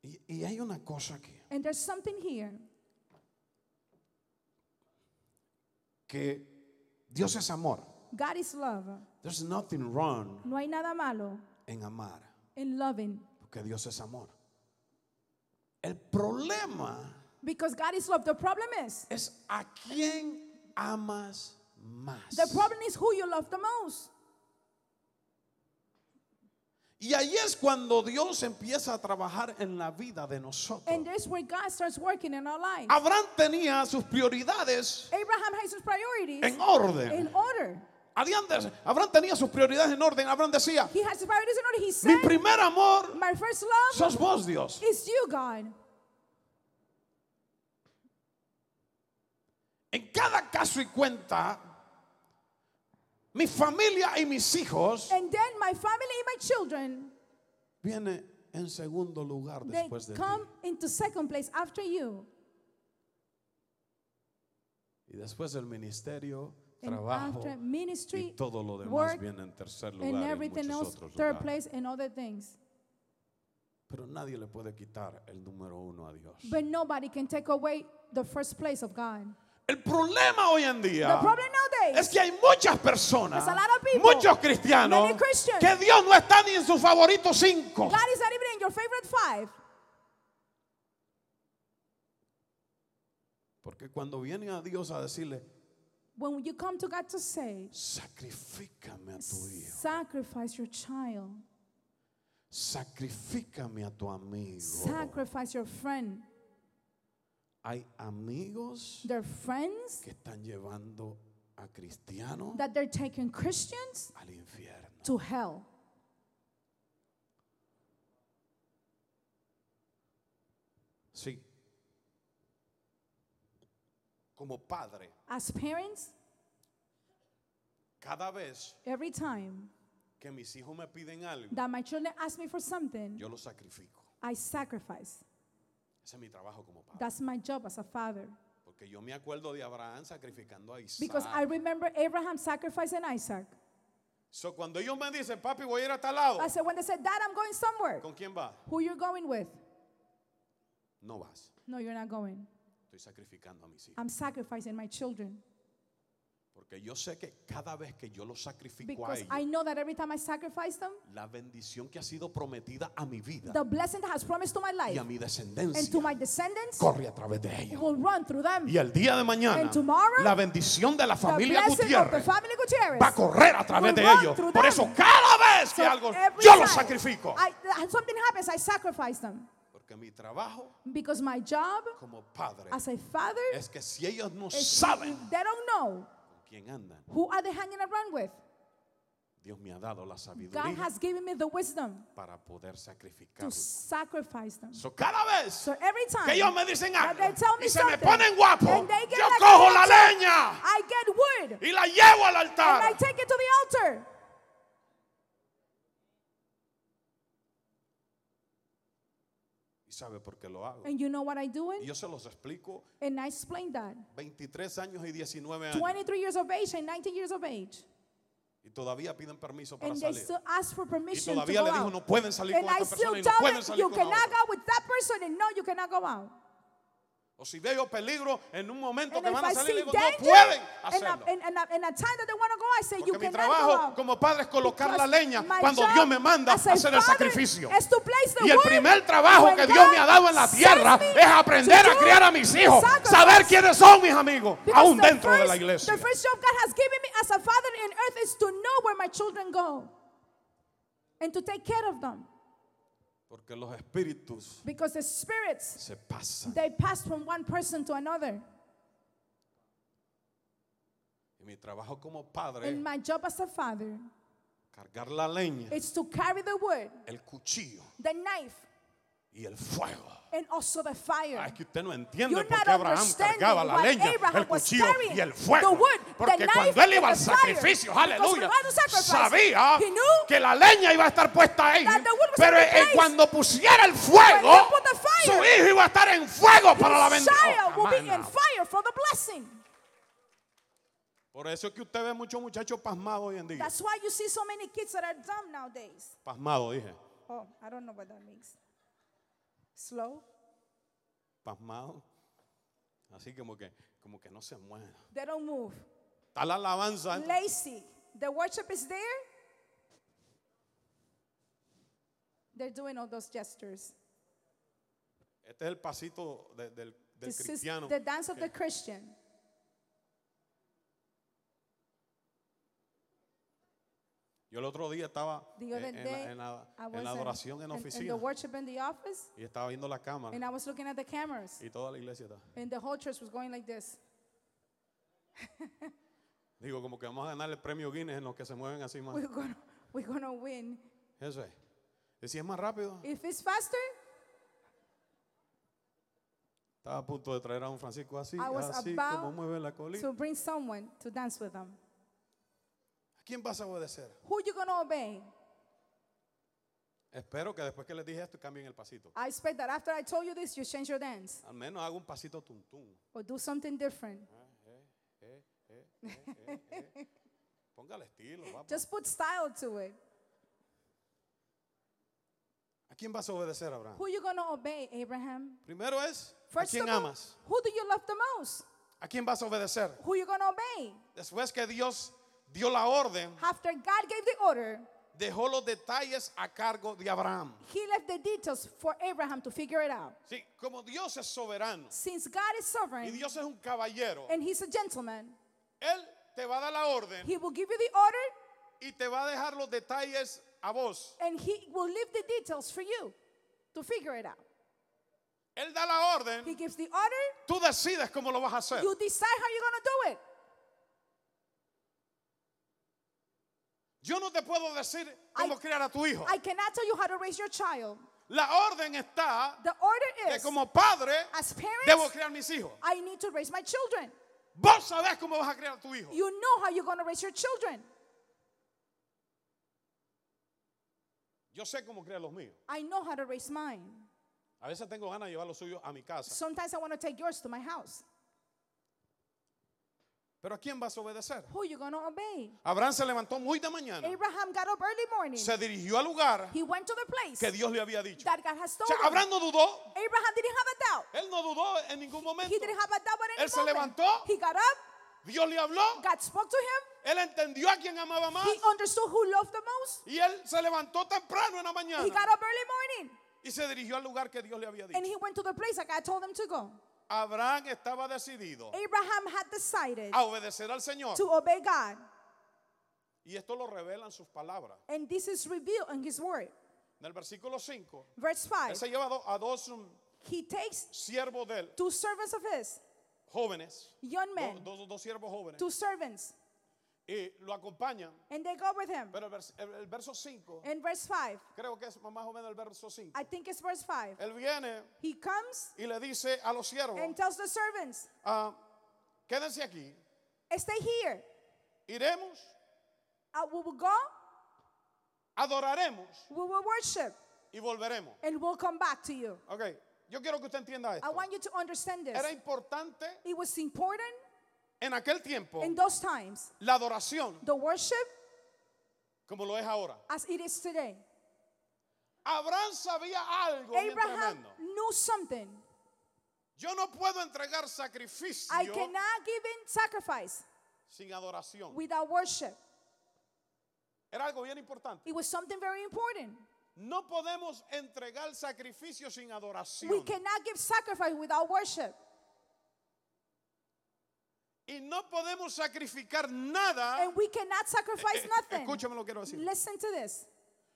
Speaker 2: Y, y hay una cosa aquí,
Speaker 1: And there's something here
Speaker 2: que Dios es amor.
Speaker 1: God is love.
Speaker 2: There's nothing wrong
Speaker 1: No hay nada malo
Speaker 2: en amar.
Speaker 1: in loving
Speaker 2: Porque Dios es amor. El problema
Speaker 1: because God is love. The problem is
Speaker 2: es a quién amas más.
Speaker 1: the problem is who you love the most.
Speaker 2: Y ahí es cuando Dios empieza a trabajar en la vida de nosotros.
Speaker 1: And that's where God starts working in our life.
Speaker 2: Abraham tenía sus prioridades
Speaker 1: Abraham has his priorities
Speaker 2: en orden.
Speaker 1: in order.
Speaker 2: Habían de- Abraham tenía sus prioridades en orden. Abraham decía,
Speaker 1: He has his priorities in order. He
Speaker 2: mi
Speaker 1: said,
Speaker 2: primer amor
Speaker 1: My first love
Speaker 2: sos vos, Dios.
Speaker 1: is you, God.
Speaker 2: En cada caso y cuenta, mi familia y mis hijos
Speaker 1: And then my family and my children,
Speaker 2: viene en segundo lugar
Speaker 1: they
Speaker 2: después de ti.
Speaker 1: come into second place after you.
Speaker 2: Y después el ministerio,
Speaker 1: And
Speaker 2: trabajo
Speaker 1: after ministry,
Speaker 2: y todo lo demás
Speaker 1: work,
Speaker 2: viene en tercer lugar
Speaker 1: and
Speaker 2: y en
Speaker 1: everything
Speaker 2: muchos
Speaker 1: else,
Speaker 2: otros
Speaker 1: third
Speaker 2: lugares.
Speaker 1: place, and other things.
Speaker 2: Pero nadie le puede quitar el número uno a Dios.
Speaker 1: But nobody can take away the first place of God.
Speaker 2: El problema hoy en
Speaker 1: The
Speaker 2: día
Speaker 1: problem nowadays
Speaker 2: es que hay muchas personas,
Speaker 1: There's a lot of people,
Speaker 2: muchos cristianos,
Speaker 1: many Christians,
Speaker 2: que Dios no está ni en sus favoritos cinco.
Speaker 1: God is not even in your favorite five.
Speaker 2: Porque cuando viene a Dios a decirle,
Speaker 1: When you come to God to say,
Speaker 2: sacrifícame a tu hijo,
Speaker 1: sacrifice your child,
Speaker 2: sacrifícame a tu amigo.
Speaker 1: sacrifice your friend,
Speaker 2: Hay amigos
Speaker 1: their friends
Speaker 2: que están llevando a cristianos
Speaker 1: that they're taking Christians
Speaker 2: al infierno.
Speaker 1: to hell.
Speaker 2: Sí. Como padre,
Speaker 1: As parents,
Speaker 2: Cada vez
Speaker 1: Every time
Speaker 2: que mis hijos me piden algo,
Speaker 1: that my children ask me for something,
Speaker 2: yo lo sacrifico.
Speaker 1: I sacrifice.
Speaker 2: Ese es mi trabajo como padre.
Speaker 1: That's my job as a father.
Speaker 2: Porque yo me acuerdo de Abraham sacrificando a Isaac.
Speaker 1: Because I remember Abraham sacrificing Isaac.
Speaker 2: So, cuando ellos me dicen, papi, voy a ir a tal lado,
Speaker 1: I said, when they said, Dad, I'm going somewhere.
Speaker 2: ¿con quién vas?
Speaker 1: Who you're going with?
Speaker 2: No vas.
Speaker 1: No, you're not going.
Speaker 2: Estoy sacrificando a mis hijos.
Speaker 1: I'm sacrificing my children.
Speaker 2: Porque yo sé que cada vez que yo los sacrifico a
Speaker 1: Because
Speaker 2: ellos,
Speaker 1: I know that every time I sacrifice them,
Speaker 2: la bendición que ha sido prometida a mi vida
Speaker 1: the blessing that has promised to my
Speaker 2: y
Speaker 1: life
Speaker 2: a mi
Speaker 1: and to
Speaker 2: descendencia
Speaker 1: my descendants
Speaker 2: corre a través de ellos.
Speaker 1: will run through them.
Speaker 2: Y el día de mañana,
Speaker 1: And tomorrow,
Speaker 2: la bendición de la
Speaker 1: the
Speaker 2: familia
Speaker 1: blessing of the
Speaker 2: Gutiérrez
Speaker 1: family Gutierrez
Speaker 2: va a correr a través
Speaker 1: will
Speaker 2: de
Speaker 1: run
Speaker 2: ellos.
Speaker 1: through
Speaker 2: Por
Speaker 1: them.
Speaker 2: eso, cada vez que
Speaker 1: So
Speaker 2: algo
Speaker 1: every
Speaker 2: yo lo
Speaker 1: time
Speaker 2: sacrifico.
Speaker 1: I, th- something happens, I sacrifice them.
Speaker 2: Porque mi trabajo
Speaker 1: Because my job
Speaker 2: como padre
Speaker 1: as a father
Speaker 2: es que si ellos no
Speaker 1: is
Speaker 2: saben
Speaker 1: if they don't know
Speaker 2: con quién andan,
Speaker 1: who are they hanging around with.
Speaker 2: Dios me ha dado la
Speaker 1: God
Speaker 2: sabiduría
Speaker 1: has given me the wisdom
Speaker 2: para poder sacrificar.
Speaker 1: to sacrifice them.
Speaker 2: So, cada vez
Speaker 1: So every time
Speaker 2: que ellos me dicen
Speaker 1: that
Speaker 2: algo
Speaker 1: they tell me
Speaker 2: y se me
Speaker 1: something,
Speaker 2: ponen guapos,
Speaker 1: and they get
Speaker 2: yo
Speaker 1: like
Speaker 2: cojo la
Speaker 1: attention,
Speaker 2: leña
Speaker 1: I get wood and
Speaker 2: y la llevo al
Speaker 1: I
Speaker 2: altar.
Speaker 1: take it to the altar.
Speaker 2: ¿Y sabe por qué lo hago?
Speaker 1: And you know what I do
Speaker 2: Y
Speaker 1: it?
Speaker 2: yo se los explico
Speaker 1: And I explained that.
Speaker 2: 23 años y 19 años
Speaker 1: 23 years of age and 19 years of age.
Speaker 2: y todavía piden permiso para
Speaker 1: And they
Speaker 2: salir.
Speaker 1: still ask for
Speaker 2: Y
Speaker 1: permission to
Speaker 2: todavía
Speaker 1: go
Speaker 2: le digo,
Speaker 1: out.
Speaker 2: no pueden salir
Speaker 1: And
Speaker 2: con
Speaker 1: I
Speaker 2: esta
Speaker 1: still
Speaker 2: persona y no
Speaker 1: tell
Speaker 2: pueden
Speaker 1: them
Speaker 2: salir
Speaker 1: you
Speaker 2: con la
Speaker 1: cannot
Speaker 2: otra.
Speaker 1: go with that person and no, you cannot go out.
Speaker 2: O si veo peligro en un momento
Speaker 1: And
Speaker 2: que
Speaker 1: if
Speaker 2: van a
Speaker 1: I
Speaker 2: salir,
Speaker 1: see
Speaker 2: le digo,
Speaker 1: danger
Speaker 2: no pueden
Speaker 1: and, a,
Speaker 2: hacerlo.
Speaker 1: and, and, a, and a time that they want to go, I say you
Speaker 2: Porque mi
Speaker 1: cannot go
Speaker 2: trabajo
Speaker 1: out.
Speaker 2: como padre es colocar la
Speaker 1: Because
Speaker 2: leña
Speaker 1: my
Speaker 2: cuando
Speaker 1: job
Speaker 2: Dios me manda a
Speaker 1: as a
Speaker 2: hacer el
Speaker 1: father
Speaker 2: sacrificio.
Speaker 1: is to place the
Speaker 2: Y el
Speaker 1: word
Speaker 2: primer trabajo
Speaker 1: when
Speaker 2: que
Speaker 1: God
Speaker 2: Dios me ha dado en la
Speaker 1: sends
Speaker 2: tierra
Speaker 1: me
Speaker 2: es aprender
Speaker 1: to
Speaker 2: a
Speaker 1: do
Speaker 2: criar a mis hijos,
Speaker 1: sacrifice.
Speaker 2: saber quiénes son mis amigos,
Speaker 1: Because
Speaker 2: aún
Speaker 1: the
Speaker 2: dentro de la
Speaker 1: first-
Speaker 2: iglesia.
Speaker 1: The first job God has given me as a father in earth is to know where my children go and to take care of them.
Speaker 2: Porque los espíritus
Speaker 1: Because the spirits,
Speaker 2: se pasan.
Speaker 1: they pass from one person to another.
Speaker 2: Y mi trabajo como padre
Speaker 1: And
Speaker 2: es
Speaker 1: my job as a father
Speaker 2: cargar la leña,
Speaker 1: is to carry the wood,
Speaker 2: el cuchillo
Speaker 1: the knife,
Speaker 2: y el fuego.
Speaker 1: and also the
Speaker 2: Ah,
Speaker 1: fire.
Speaker 2: es que usted no entiende
Speaker 1: You're
Speaker 2: por
Speaker 1: not
Speaker 2: qué Abraham
Speaker 1: understanding
Speaker 2: cargaba la
Speaker 1: what
Speaker 2: leña,
Speaker 1: Abraham
Speaker 2: el
Speaker 1: was
Speaker 2: cuchillo
Speaker 1: carrying,
Speaker 2: y el
Speaker 1: the
Speaker 2: fuego.
Speaker 1: wood, the
Speaker 2: Porque
Speaker 1: knife
Speaker 2: cuando él iba al
Speaker 1: and the fire.
Speaker 2: sacrificio,
Speaker 1: Because when
Speaker 2: aleluya,
Speaker 1: he was a sacrifice,
Speaker 2: sabía
Speaker 1: he knew
Speaker 2: que la leña iba a estar puesta ahí.
Speaker 1: that the wood was
Speaker 2: Pero
Speaker 1: in the
Speaker 2: eh,
Speaker 1: place.
Speaker 2: cuando pusiera el fuego,
Speaker 1: When they put the fire,
Speaker 2: su hijo iba a estar en fuego para la
Speaker 1: His
Speaker 2: bendición.
Speaker 1: child will be
Speaker 2: Amana.
Speaker 1: in fire for the blessing.
Speaker 2: Por eso es que usted ve muchos muchachos pasmados hoy en día.
Speaker 1: That's why you see so many kids that are dumb nowadays.
Speaker 2: Pasmado, dije.
Speaker 1: Oh, I don't know what that means. Slow.
Speaker 2: Pasmado. Así como que, como que no se mueve.
Speaker 1: They don't move.
Speaker 2: Está la alabanza.
Speaker 1: Lazy. The worship is there. They're doing all those gestures.
Speaker 2: Este es el pasito de- del, del
Speaker 1: This is
Speaker 2: cristiano.
Speaker 1: the dance of
Speaker 2: que-
Speaker 1: the Christian.
Speaker 2: Yo el otro día estaba
Speaker 1: The
Speaker 2: Eh, en,
Speaker 1: other day,
Speaker 2: en la, en la-
Speaker 1: I
Speaker 2: en
Speaker 1: was
Speaker 2: la
Speaker 1: in-
Speaker 2: adoración en la
Speaker 1: in- in the
Speaker 2: oficina
Speaker 1: worship in the office,
Speaker 2: y estaba viendo la cámara
Speaker 1: and I was looking at the cameras,
Speaker 2: y toda la iglesia estaba.
Speaker 1: and the whole church was going like this.
Speaker 2: Digo, como que vamos a ganar el premio Guinness en los que se mueven así más.
Speaker 1: We're gonna, we're gonna win.
Speaker 2: Eso es. Y si es más rápido,
Speaker 1: If it's faster,
Speaker 2: estaba a punto de traer a un Francisco así,
Speaker 1: I was
Speaker 2: así
Speaker 1: about
Speaker 2: como mueve la colita.
Speaker 1: so bring someone to dance with them.
Speaker 2: ¿A quién vas a obedecer?
Speaker 1: Who you gonna obey?
Speaker 2: Espero que después que les dije esto cambien el pasito.
Speaker 1: I expect that after I told you this, you change your dance
Speaker 2: Al menos hago un pasito tuntún.
Speaker 1: or do something different.
Speaker 2: Póngale estilo. papá.
Speaker 1: Just put style to it.
Speaker 2: ¿A quién vas a obedecer, Abraham?
Speaker 1: Who you gonna obey, Abraham?
Speaker 2: Primero es, ¿a
Speaker 1: First
Speaker 2: quién
Speaker 1: of all,
Speaker 2: amas?
Speaker 1: who do you love the most?
Speaker 2: ¿A quién vas a obedecer?
Speaker 1: Who you gonna obey?
Speaker 2: Después que Dios dio la orden,
Speaker 1: After God gave the order,
Speaker 2: dejó los detalles a cargo de Abraham.
Speaker 1: He left the details for Abraham to figure it out.
Speaker 2: Sí, como Dios es soberano
Speaker 1: Since God is
Speaker 2: y
Speaker 1: sovereign
Speaker 2: Dios es un caballero,
Speaker 1: and He's a gentleman,
Speaker 2: Él te va a dar la orden
Speaker 1: He will give you the order
Speaker 2: y te va a dejar los detalles a vos.
Speaker 1: and He will leave the details for you to figure it out.
Speaker 2: Él da la
Speaker 1: He
Speaker 2: orden,
Speaker 1: gives the order,
Speaker 2: tú decides cómo lo vas a hacer.
Speaker 1: you decide how you're gonna do it.
Speaker 2: Yo no te puedo decir cómo
Speaker 1: I-
Speaker 2: criar a tu hijo.
Speaker 1: I cannot tell you how to raise your child.
Speaker 2: La orden está
Speaker 1: The order
Speaker 2: que
Speaker 1: is
Speaker 2: como padre
Speaker 1: as
Speaker 2: debo
Speaker 1: parents,
Speaker 2: criar mis hijos.
Speaker 1: I need to raise my children.
Speaker 2: Vos sabés cómo vas a criar a tu hijo.
Speaker 1: You know how you're going to raise your children.
Speaker 2: Yo sé cómo criar los míos.
Speaker 1: I know how to raise mine.
Speaker 2: A veces tengo ganas de llevar los suyos a mi casa.
Speaker 1: Sometimes I want to take yours to my house.
Speaker 2: Pero ¿a quién vas a obedecer?
Speaker 1: Who you going to obey?
Speaker 2: Abraham se levantó muy de mañana.
Speaker 1: Abraham got up early morning.
Speaker 2: Se dirigió al lugar
Speaker 1: He went to the
Speaker 2: que
Speaker 1: place
Speaker 2: Dios le había dicho.
Speaker 1: that God has
Speaker 2: O
Speaker 1: told
Speaker 2: sea,
Speaker 1: him.
Speaker 2: Abraham no dudó.
Speaker 1: Abraham didn't have a doubt.
Speaker 2: Él no dudó en ningún momento.
Speaker 1: He didn't have a doubt at any
Speaker 2: Él se
Speaker 1: moment.
Speaker 2: levantó.
Speaker 1: He got up.
Speaker 2: Dios le habló.
Speaker 1: God spoke to him.
Speaker 2: Él entendió a quien amaba más.
Speaker 1: He understood who loved the most.
Speaker 2: Y él se levantó temprano en la
Speaker 1: He
Speaker 2: mañana
Speaker 1: got up early morning
Speaker 2: y se dirigió al lugar que Dios le había
Speaker 1: and
Speaker 2: dicho.
Speaker 1: he went to the place that God told him to go.
Speaker 2: Abraham estaba decidido
Speaker 1: Abraham had decided
Speaker 2: a obedecer al Señor.
Speaker 1: to obey God,
Speaker 2: Y esto lo revelan sus palabras.
Speaker 1: and this is revealed in his word.
Speaker 2: En el versículo 5,
Speaker 1: Verse 5
Speaker 2: él se lleva a do- a dos um,
Speaker 1: He takes
Speaker 2: siervos de él,
Speaker 1: two servants of his,
Speaker 2: jóvenes,
Speaker 1: young
Speaker 2: do-
Speaker 1: men,
Speaker 2: dos, dos siervos jóvenes,
Speaker 1: two servants,
Speaker 2: y lo acompañan.
Speaker 1: and they go with him.
Speaker 2: Pero el, vers- el- el verso 5,
Speaker 1: In verse 5,
Speaker 2: creo que es más o menos el verso 5,
Speaker 1: I think it's verse 5,
Speaker 2: él viene
Speaker 1: he comes
Speaker 2: y le dice a los
Speaker 1: and
Speaker 2: siervos,
Speaker 1: tells the servants,
Speaker 2: ah, quédense aquí,
Speaker 1: Stay here.
Speaker 2: iremos,
Speaker 1: Uh, we will go,
Speaker 2: adoraremos
Speaker 1: we will worship,
Speaker 2: y volveremos.
Speaker 1: and we'll come back to you.
Speaker 2: Ok, yo quiero que usted entienda
Speaker 1: I
Speaker 2: esto.
Speaker 1: want you to understand this.
Speaker 2: Era importante
Speaker 1: It was important
Speaker 2: en aquel tiempo
Speaker 1: in those times,
Speaker 2: la adoración
Speaker 1: the worship
Speaker 2: como lo es ahora.
Speaker 1: as it is today.
Speaker 2: Abraham sabía algo bien
Speaker 1: Abraham
Speaker 2: tremendo.
Speaker 1: knew something.
Speaker 2: Yo no puedo entregar sacrificio
Speaker 1: I cannot give in sacrifice
Speaker 2: sin adoración.
Speaker 1: without worship.
Speaker 2: Era algo bien importante.
Speaker 1: It was something very important.
Speaker 2: No podemos entregar sacrificio sin
Speaker 1: We
Speaker 2: adoración.
Speaker 1: cannot give sacrifice without worship.
Speaker 2: Y no podemos sacrificar nada.
Speaker 1: And we cannot sacrifice
Speaker 2: Ah. Eh, eh,
Speaker 1: nothing.
Speaker 2: escúchame lo que quiero decir.
Speaker 1: Listen to this.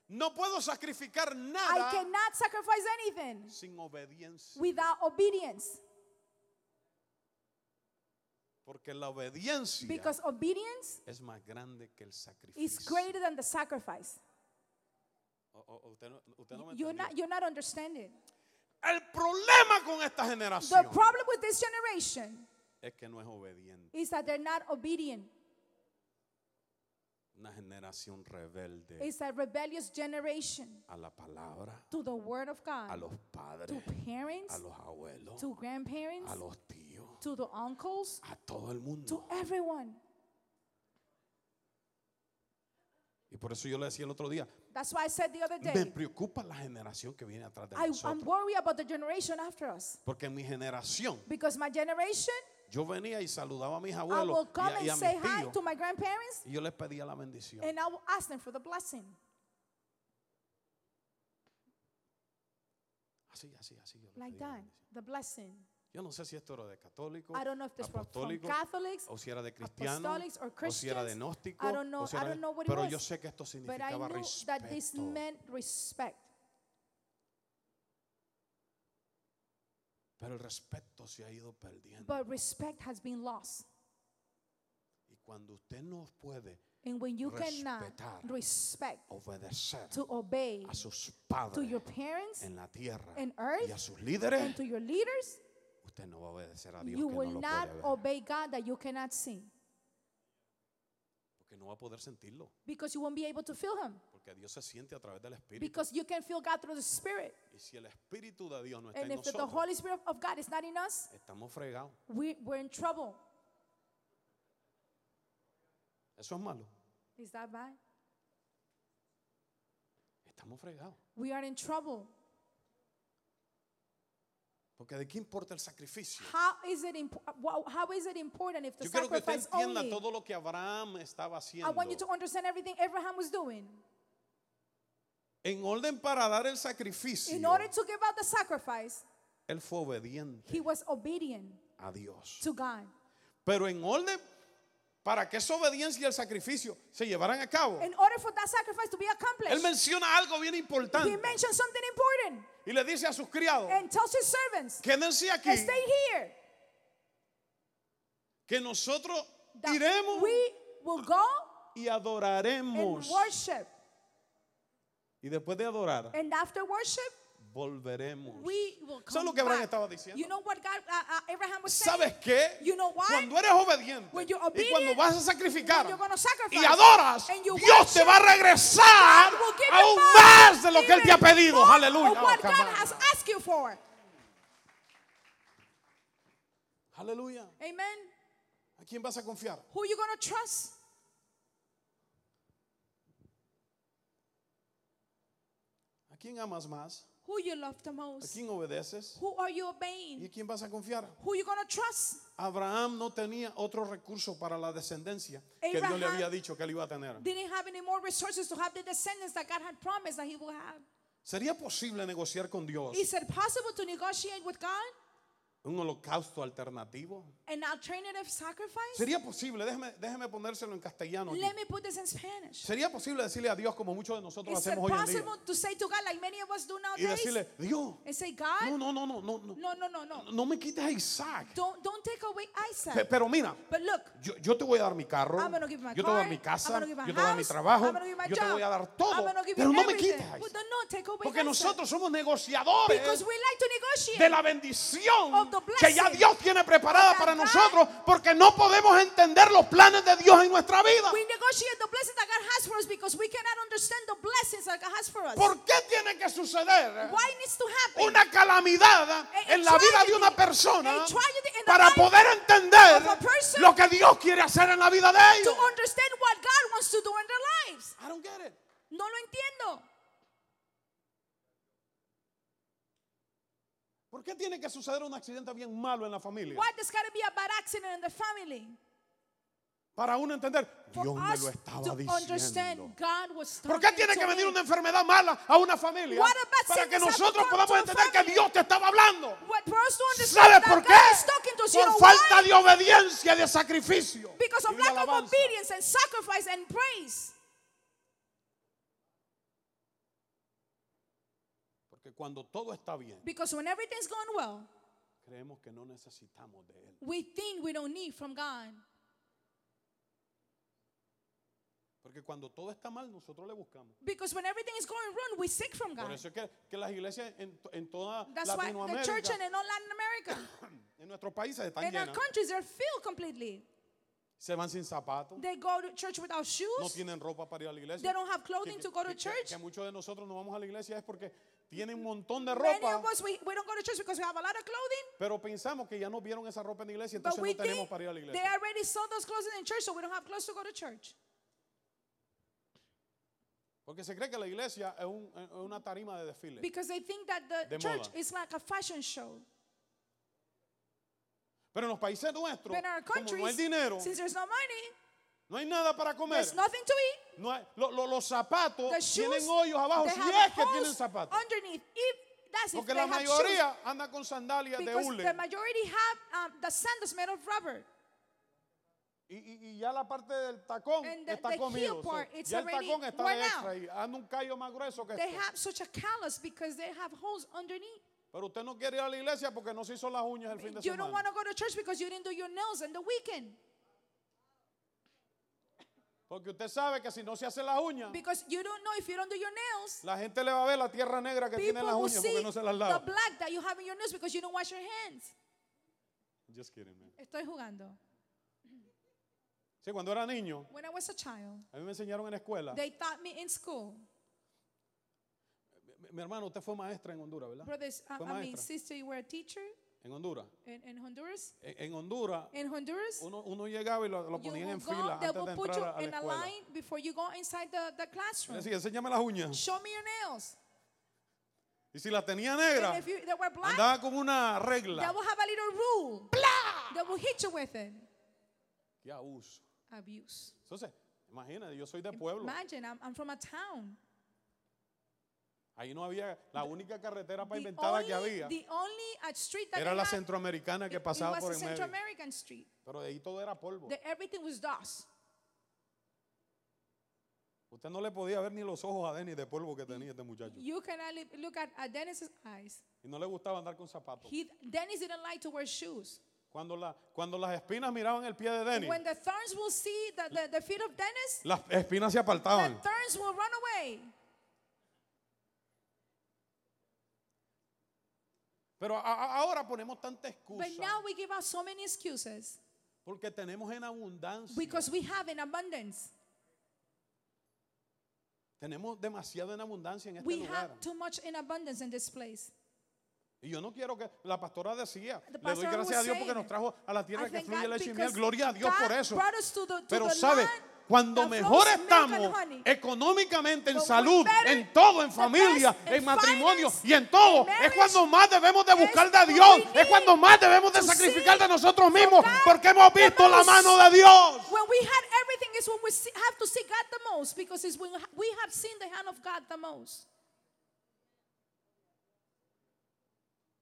Speaker 2: No puedo sacrificar
Speaker 1: I
Speaker 2: nada
Speaker 1: cannot sacrifice anything
Speaker 2: sin obediencia.
Speaker 1: without obedience.
Speaker 2: Porque la obediencia
Speaker 1: Because obedience
Speaker 2: es más grande que el sacrificio.
Speaker 1: is greater than the sacrifice.
Speaker 2: O- o- o Oh, usted no, usted no me
Speaker 1: You're
Speaker 2: entendió.
Speaker 1: not, you're not understanding.
Speaker 2: El problema con esta
Speaker 1: The
Speaker 2: generación
Speaker 1: problem with this generation
Speaker 2: es que no es obediente.
Speaker 1: is that they're not obedient.
Speaker 2: Una generación rebelde
Speaker 1: It's a rebellious generation
Speaker 2: a la palabra,
Speaker 1: to the word of
Speaker 2: a
Speaker 1: God,
Speaker 2: los
Speaker 1: to
Speaker 2: padres, a
Speaker 1: parents,
Speaker 2: los abuelos,
Speaker 1: to grandparents,
Speaker 2: a los tíos,
Speaker 1: to the uncles,
Speaker 2: a todo el
Speaker 1: to
Speaker 2: mundo.
Speaker 1: everyone.
Speaker 2: Y por eso yo le decía el otro día,
Speaker 1: That's why I said the other
Speaker 2: me
Speaker 1: day,
Speaker 2: preocupa la generación que viene atrás de
Speaker 1: I, I'm
Speaker 2: nosotros.
Speaker 1: worried about the generation after us.
Speaker 2: Porque en mi generación
Speaker 1: Because my generation,
Speaker 2: yo venía y saludaba a mis
Speaker 1: I will
Speaker 2: abuelos y
Speaker 1: come
Speaker 2: a, y
Speaker 1: and
Speaker 2: a
Speaker 1: say
Speaker 2: mis
Speaker 1: hi to Eh,
Speaker 2: tíos.
Speaker 1: my grandparents
Speaker 2: Y yo les pedía la bendición.
Speaker 1: and I will ask them for the blessing.
Speaker 2: Así, así, así. Yo, les
Speaker 1: Like
Speaker 2: pedía la
Speaker 1: that,
Speaker 2: bendición.
Speaker 1: the blessing.
Speaker 2: Yo no sé si esto era de católico,
Speaker 1: I don't know if this was from
Speaker 2: apostólico,
Speaker 1: Catholics,
Speaker 2: o si era de cristiano,
Speaker 1: apostolics or
Speaker 2: o si era de
Speaker 1: Christians.
Speaker 2: gnóstico,
Speaker 1: I don't know-
Speaker 2: o si era
Speaker 1: I
Speaker 2: de-
Speaker 1: don't know what it
Speaker 2: pero
Speaker 1: was,
Speaker 2: yo sé que esto
Speaker 1: but I
Speaker 2: significaba
Speaker 1: know that this
Speaker 2: respeto.
Speaker 1: meant respect.
Speaker 2: Pero el respeto se ha ido perdiendo.
Speaker 1: But respect has been lost.
Speaker 2: y cuando usted no puede
Speaker 1: And when you cannot
Speaker 2: Respetar.
Speaker 1: respect
Speaker 2: obedecer
Speaker 1: to obey
Speaker 2: a sus padres
Speaker 1: to your parents
Speaker 2: en la tierra
Speaker 1: and earth
Speaker 2: y a sus
Speaker 1: and
Speaker 2: líderes,
Speaker 1: to your leaders,
Speaker 2: usted no va a obedecer a Dios
Speaker 1: you
Speaker 2: que no
Speaker 1: will
Speaker 2: lo
Speaker 1: not
Speaker 2: puede ver,
Speaker 1: obey God that you cannot see
Speaker 2: porque no va a poder sentirlo,
Speaker 1: because you won't be able to feel Him
Speaker 2: porque Dios se siente a través del Espíritu.
Speaker 1: because you can feel God through the Spirit.
Speaker 2: Y si el Espíritu de Dios no está
Speaker 1: And
Speaker 2: en
Speaker 1: if the, the
Speaker 2: nosotros,
Speaker 1: Holy Spirit of God is not in us,
Speaker 2: estamos fregados.
Speaker 1: we, we're in trouble.
Speaker 2: Eso es malo.
Speaker 1: Is that bad?
Speaker 2: Estamos fregados.
Speaker 1: We are in trouble.
Speaker 2: Porque de qué importa el sacrificio.
Speaker 1: How is it, imp- wha- how is it important if the
Speaker 2: Yo quiero que usted
Speaker 1: sacrifice
Speaker 2: entienda
Speaker 1: only?
Speaker 2: todo lo que Abraham estaba
Speaker 1: I
Speaker 2: haciendo.
Speaker 1: want you to understand everything Abraham was doing.
Speaker 2: En orden para dar el sacrificio,
Speaker 1: In order to give out the sacrifice,
Speaker 2: él fue obediente
Speaker 1: he was obedient
Speaker 2: a Dios.
Speaker 1: to God.
Speaker 2: Pero en orden para que esa obediencia y el sacrificio se llevaran a cabo,
Speaker 1: In order for that sacrifice to be
Speaker 2: él
Speaker 1: accomplished,
Speaker 2: menciona algo bien
Speaker 1: he
Speaker 2: importante
Speaker 1: mentioned something important
Speaker 2: y le dice a sus criados,
Speaker 1: and tells his servants,
Speaker 2: quédense aquí,
Speaker 1: stay here.
Speaker 2: que nosotros
Speaker 1: that
Speaker 2: iremos
Speaker 1: we will go
Speaker 2: y
Speaker 1: and
Speaker 2: adoraremos.
Speaker 1: worship.
Speaker 2: Y después de adorar,
Speaker 1: And after worship,
Speaker 2: volveremos.
Speaker 1: We will
Speaker 2: Eso es
Speaker 1: come
Speaker 2: lo que Abraham
Speaker 1: back.
Speaker 2: estaba diciendo.
Speaker 1: You know what God, uh, uh, Abraham was saying?
Speaker 2: ¿Sabes qué?
Speaker 1: You know why?
Speaker 2: Cuando eres obediente
Speaker 1: When you're
Speaker 2: y cuando
Speaker 1: obedient,
Speaker 2: vas a sacrificar
Speaker 1: when you're gonna sacrifice,
Speaker 2: y adoras,
Speaker 1: and you
Speaker 2: Dios
Speaker 1: worship,
Speaker 2: te va a regresar
Speaker 1: God will give you
Speaker 2: aún
Speaker 1: back
Speaker 2: más de lo que Él te ha
Speaker 1: even
Speaker 2: pedido.
Speaker 1: more
Speaker 2: Aleluya.
Speaker 1: of
Speaker 2: Oh,
Speaker 1: what
Speaker 2: come
Speaker 1: God
Speaker 2: on.
Speaker 1: has asked you for.
Speaker 2: Aleluya.
Speaker 1: Amen.
Speaker 2: ¿A quién vas a confiar?
Speaker 1: Who you going to trust?
Speaker 2: ¿A quién amas más?
Speaker 1: Who you love the
Speaker 2: ¿A
Speaker 1: most?
Speaker 2: quién obedeces?
Speaker 1: Who are you
Speaker 2: ¿Y
Speaker 1: obeying?
Speaker 2: a quién vas a confiar?
Speaker 1: Who you going to trust?
Speaker 2: Abraham no tenía otro recurso para la descendencia que Dios le
Speaker 1: Abraham-
Speaker 2: había dicho que él iba a tener.
Speaker 1: Didn't have any more resources to have the descendants that God had promised that he will have.
Speaker 2: ¿Sería posible negociar con Dios
Speaker 1: Is it possible to negotiate with God?
Speaker 2: un holocausto alternativo?
Speaker 1: An alternative sacrifice?
Speaker 2: ¿Sería posible? Déjeme, déjeme ponérselo en castellano. aquí.
Speaker 1: Let me put this in Spanish.
Speaker 2: ¿Sería posible decirle a Dios como muchos de nosotros
Speaker 1: Is it
Speaker 2: hacemos hoy en día?
Speaker 1: possible to say to God, like many of us do
Speaker 2: Y
Speaker 1: nowadays,
Speaker 2: decirle, Dios,
Speaker 1: and say,
Speaker 2: no,
Speaker 1: God,
Speaker 2: no, no, no, no, no,
Speaker 1: no, no, no, no.
Speaker 2: no me quites a Isaac.
Speaker 1: Don't, don't take away
Speaker 2: Pe-
Speaker 1: Isaac.
Speaker 2: Pero mira,
Speaker 1: But look,
Speaker 2: yo, yo te voy a dar mi carro,
Speaker 1: I'm gonna give my
Speaker 2: yo te voy a dar
Speaker 1: car,
Speaker 2: mi
Speaker 1: I'm
Speaker 2: casa,
Speaker 1: gonna give my
Speaker 2: yo te voy a dar mi
Speaker 1: house,
Speaker 2: trabajo,
Speaker 1: I'm gonna give my
Speaker 2: yo te
Speaker 1: job,
Speaker 2: voy a dar
Speaker 1: I'm
Speaker 2: todo,
Speaker 1: gonna give
Speaker 2: pero
Speaker 1: you
Speaker 2: no me
Speaker 1: everything.
Speaker 2: quites a
Speaker 1: But
Speaker 2: Isaac.
Speaker 1: don't- no, take away
Speaker 2: Porque
Speaker 1: Isaac.
Speaker 2: nosotros somos negociadores
Speaker 1: Because we like to
Speaker 2: de
Speaker 1: negotiate.
Speaker 2: la bendición
Speaker 1: of the
Speaker 2: que ya
Speaker 1: blessing
Speaker 2: Dios tiene preparada
Speaker 1: that
Speaker 2: para
Speaker 1: God-
Speaker 2: nosotros, porque no podemos entender los planes de Dios en nuestra vida.
Speaker 1: We negotiate the blessing that God has for us because we cannot understand the blessings that God has for us.
Speaker 2: ¿Por qué tiene que suceder
Speaker 1: Why it needs to happen?
Speaker 2: una calamidad
Speaker 1: A- a
Speaker 2: en la vida
Speaker 1: tragedy,
Speaker 2: de una persona
Speaker 1: a tragedy in the
Speaker 2: para
Speaker 1: life
Speaker 2: poder entender
Speaker 1: of a person
Speaker 2: lo que Dios quiere hacer en la vida de
Speaker 1: to
Speaker 2: ellos?
Speaker 1: understand what God wants to do in their lives.
Speaker 2: I don't get it.
Speaker 1: No lo entiendo.
Speaker 2: ¿Por qué tiene que suceder un accidente bien malo en la familia?
Speaker 1: Why there's got to be a bad accident in the family?
Speaker 2: Para uno entender,
Speaker 1: For
Speaker 2: Dios me
Speaker 1: us
Speaker 2: lo
Speaker 1: to
Speaker 2: estaba
Speaker 1: understand
Speaker 2: diciendo.
Speaker 1: God was
Speaker 2: ¿Por qué
Speaker 1: talking
Speaker 2: tiene
Speaker 1: to
Speaker 2: que venir
Speaker 1: him.
Speaker 2: una enfermedad mala a una familia?
Speaker 1: What about
Speaker 2: Para que
Speaker 1: sickness has
Speaker 2: nosotros
Speaker 1: come to
Speaker 2: podamos
Speaker 1: a
Speaker 2: entender que
Speaker 1: family?
Speaker 2: Dios te estaba hablando.
Speaker 1: What for us to understand that
Speaker 2: ¿Sabes por
Speaker 1: God is
Speaker 2: qué?
Speaker 1: talking to us, you know
Speaker 2: Por falta
Speaker 1: why?
Speaker 2: de obediencia y de sacrificio.
Speaker 1: Because
Speaker 2: y
Speaker 1: of
Speaker 2: de
Speaker 1: lack of
Speaker 2: alabanza.
Speaker 1: obedience and sacrifice and praise.
Speaker 2: Porque cuando todo está bien,
Speaker 1: Because when everything's going well,
Speaker 2: creemos que no necesitamos de Él.
Speaker 1: we think we don't need from God.
Speaker 2: Porque cuando todo está mal, nosotros le buscamos.
Speaker 1: Because when everything is going wrong, we seek from
Speaker 2: Por
Speaker 1: God.
Speaker 2: eso es que, que las iglesias en, to- en toda
Speaker 1: That's why the church
Speaker 2: Latinoamérica,
Speaker 1: and in all Latin America,
Speaker 2: en nuestros países están
Speaker 1: in our
Speaker 2: llenas.
Speaker 1: countries, they're filled completely.
Speaker 2: Se van sin zapatos,
Speaker 1: They go to church without
Speaker 2: no
Speaker 1: shoes.
Speaker 2: tienen ropa para ir a la iglesia.
Speaker 1: They don't have clothing
Speaker 2: que-
Speaker 1: to go to
Speaker 2: que- que-
Speaker 1: church.
Speaker 2: que muchos de nosotros no vamos a la iglesia es porque tienen un montón de
Speaker 1: Many
Speaker 2: ropa,
Speaker 1: of us, we, we don't go to church because we have a lot of clothing.
Speaker 2: pero pensamos que ya no vieron esa ropa en la iglesia,
Speaker 1: But
Speaker 2: entonces
Speaker 1: we
Speaker 2: no tenemos
Speaker 1: think
Speaker 2: para ir a la
Speaker 1: they
Speaker 2: iglesia.
Speaker 1: already saw those clothes in church, so we don't have clothes to go to church.
Speaker 2: Porque se cree que la iglesia es, un- es una tarima de desfile.
Speaker 1: Because they think that the
Speaker 2: De
Speaker 1: church
Speaker 2: moda.
Speaker 1: is like a fashion show.
Speaker 2: Pero en los países nuestros,
Speaker 1: But in our
Speaker 2: como no hay
Speaker 1: countries,
Speaker 2: dinero,
Speaker 1: since there's no money,
Speaker 2: no hay nada para comer.
Speaker 1: there's nothing to eat.
Speaker 2: No hay- lo- lo- los zapatos
Speaker 1: The shoes,
Speaker 2: tienen hoyos abajo,
Speaker 1: they
Speaker 2: si
Speaker 1: have
Speaker 2: es que tienen
Speaker 1: holes
Speaker 2: zapatos.
Speaker 1: Underneath, if that's if
Speaker 2: Porque
Speaker 1: they
Speaker 2: la
Speaker 1: have shoes.
Speaker 2: mayoría anda con sandalias de
Speaker 1: Because the
Speaker 2: hule.
Speaker 1: majority have um, the sandals made of rubber.
Speaker 2: Y, y- y ya la parte del tacón
Speaker 1: And the- the
Speaker 2: está
Speaker 1: heel
Speaker 2: comido. so,
Speaker 1: part, it's
Speaker 2: ya el
Speaker 1: already
Speaker 2: tacón está
Speaker 1: worn
Speaker 2: de extra
Speaker 1: out.
Speaker 2: y anda un callo más grueso que este.
Speaker 1: They
Speaker 2: esto.
Speaker 1: have such a callus because they have holes underneath.
Speaker 2: Pero usted no quiere ir a la iglesia porque no se hizo las uñas el fin de
Speaker 1: You don't want
Speaker 2: semana.
Speaker 1: to go to church because you didn't do your nails on the weekend.
Speaker 2: Porque usted sabe que si no se hace las uñas,
Speaker 1: Because you don't know if you don't do your nails,
Speaker 2: la gente le va a ver la tierra negra que tiene
Speaker 1: people
Speaker 2: en las
Speaker 1: will
Speaker 2: uñas
Speaker 1: see
Speaker 2: porque no se las
Speaker 1: the
Speaker 2: lava.
Speaker 1: black that you have in your nails because you don't wash your hands.
Speaker 2: Just kidding, man.
Speaker 1: Estoy jugando.
Speaker 2: Sí, cuando era niño,
Speaker 1: When I was a child,
Speaker 2: a mí me enseñaron en la escuela.
Speaker 1: they taught me in school.
Speaker 2: Mi, mi hermano, usted fue maestra en Honduras, ¿verdad?
Speaker 1: Brothers, I,
Speaker 2: Fue
Speaker 1: I mean,
Speaker 2: maestra.
Speaker 1: sister, you were a teacher
Speaker 2: En Honduras.
Speaker 1: in, in Honduras.
Speaker 2: En, en Honduras,
Speaker 1: In Honduras,
Speaker 2: uno, uno llegaba y lo, lo
Speaker 1: you
Speaker 2: ponían
Speaker 1: will
Speaker 2: en
Speaker 1: go,
Speaker 2: fila
Speaker 1: they
Speaker 2: antes
Speaker 1: will
Speaker 2: de
Speaker 1: put you
Speaker 2: entrar a la
Speaker 1: in a
Speaker 2: escuela.
Speaker 1: line before you go inside the, the classroom.
Speaker 2: Así, enséñame las uñas.
Speaker 1: Show me your nails.
Speaker 2: Y si la tenía
Speaker 1: And
Speaker 2: negra,
Speaker 1: if you, they were black,
Speaker 2: andaba con una
Speaker 1: they
Speaker 2: regla.
Speaker 1: will have a little rule that will hit you with it.
Speaker 2: Qué abuso.
Speaker 1: Abuse.
Speaker 2: Entonces, imagínate, yo soy de pueblo.
Speaker 1: Imagine, I'm, I'm from a town.
Speaker 2: Ahí no había, la única carretera
Speaker 1: The
Speaker 2: pavimentada
Speaker 1: only,
Speaker 2: que había
Speaker 1: the only uh, street that
Speaker 2: era
Speaker 1: they
Speaker 2: la
Speaker 1: had,
Speaker 2: centroamericana que
Speaker 1: it
Speaker 2: pasaba
Speaker 1: was
Speaker 2: por
Speaker 1: a
Speaker 2: el
Speaker 1: Central
Speaker 2: medio.
Speaker 1: American street.
Speaker 2: Pero de ahí todo era polvo.
Speaker 1: The, everything was dust.
Speaker 2: Usted no le podía ver ni los ojos a Denis de polvo que tenía este muchacho.
Speaker 1: You cannot li- look at, at Dennis's eyes.
Speaker 2: Y no le gustaba andar con zapatos.
Speaker 1: He, Dennis didn't like to wear shoes.
Speaker 2: Cuando, la, cuando las espinas miraban el pie de Denis,
Speaker 1: When the thorns will see the, the, the feet of Dennis,
Speaker 2: las espinas se
Speaker 1: the
Speaker 2: apartaban.
Speaker 1: thorns will run away.
Speaker 2: Pero a- a- ahora ponemos tanta
Speaker 1: But
Speaker 2: excusa
Speaker 1: now we give out so many excuses
Speaker 2: porque tenemos en abundancia,
Speaker 1: because we have in abundance.
Speaker 2: tenemos demasiado en abundancia en este
Speaker 1: We
Speaker 2: lugar.
Speaker 1: have too much in abundance in this place.
Speaker 2: Y yo no quiero que la pastora decía,
Speaker 1: The
Speaker 2: le doy
Speaker 1: pastor
Speaker 2: gracias a
Speaker 1: was
Speaker 2: Dios porque
Speaker 1: saying,
Speaker 2: nos trajo a la
Speaker 1: I
Speaker 2: tierra que
Speaker 1: thank
Speaker 2: fluye
Speaker 1: God
Speaker 2: leche y miel.
Speaker 1: because
Speaker 2: Gloria a Dios
Speaker 1: God
Speaker 2: por eso.
Speaker 1: brought us to the- to
Speaker 2: Pero
Speaker 1: the
Speaker 2: sabe,
Speaker 1: land
Speaker 2: cuando
Speaker 1: that flows
Speaker 2: mejor
Speaker 1: milk and
Speaker 2: estamos
Speaker 1: honey.
Speaker 2: económicamente,
Speaker 1: But
Speaker 2: en
Speaker 1: when
Speaker 2: salud,
Speaker 1: better,
Speaker 2: en todo, en
Speaker 1: the
Speaker 2: familia,
Speaker 1: best, in
Speaker 2: en matrimonio
Speaker 1: finance,
Speaker 2: y en
Speaker 1: in
Speaker 2: todo, es
Speaker 1: marriage,
Speaker 2: cuando más debemos de
Speaker 1: is
Speaker 2: buscar de
Speaker 1: what
Speaker 2: Dios,
Speaker 1: we
Speaker 2: es cuando
Speaker 1: need
Speaker 2: más debemos de
Speaker 1: to
Speaker 2: sacrificar de
Speaker 1: seek
Speaker 2: nosotros
Speaker 1: from
Speaker 2: mismos,
Speaker 1: God
Speaker 2: porque hemos
Speaker 1: the
Speaker 2: visto la
Speaker 1: most.
Speaker 2: mano de Dios.
Speaker 1: When we had everything is when we see- have to see God the most because it's when we have seen the hand of God the most.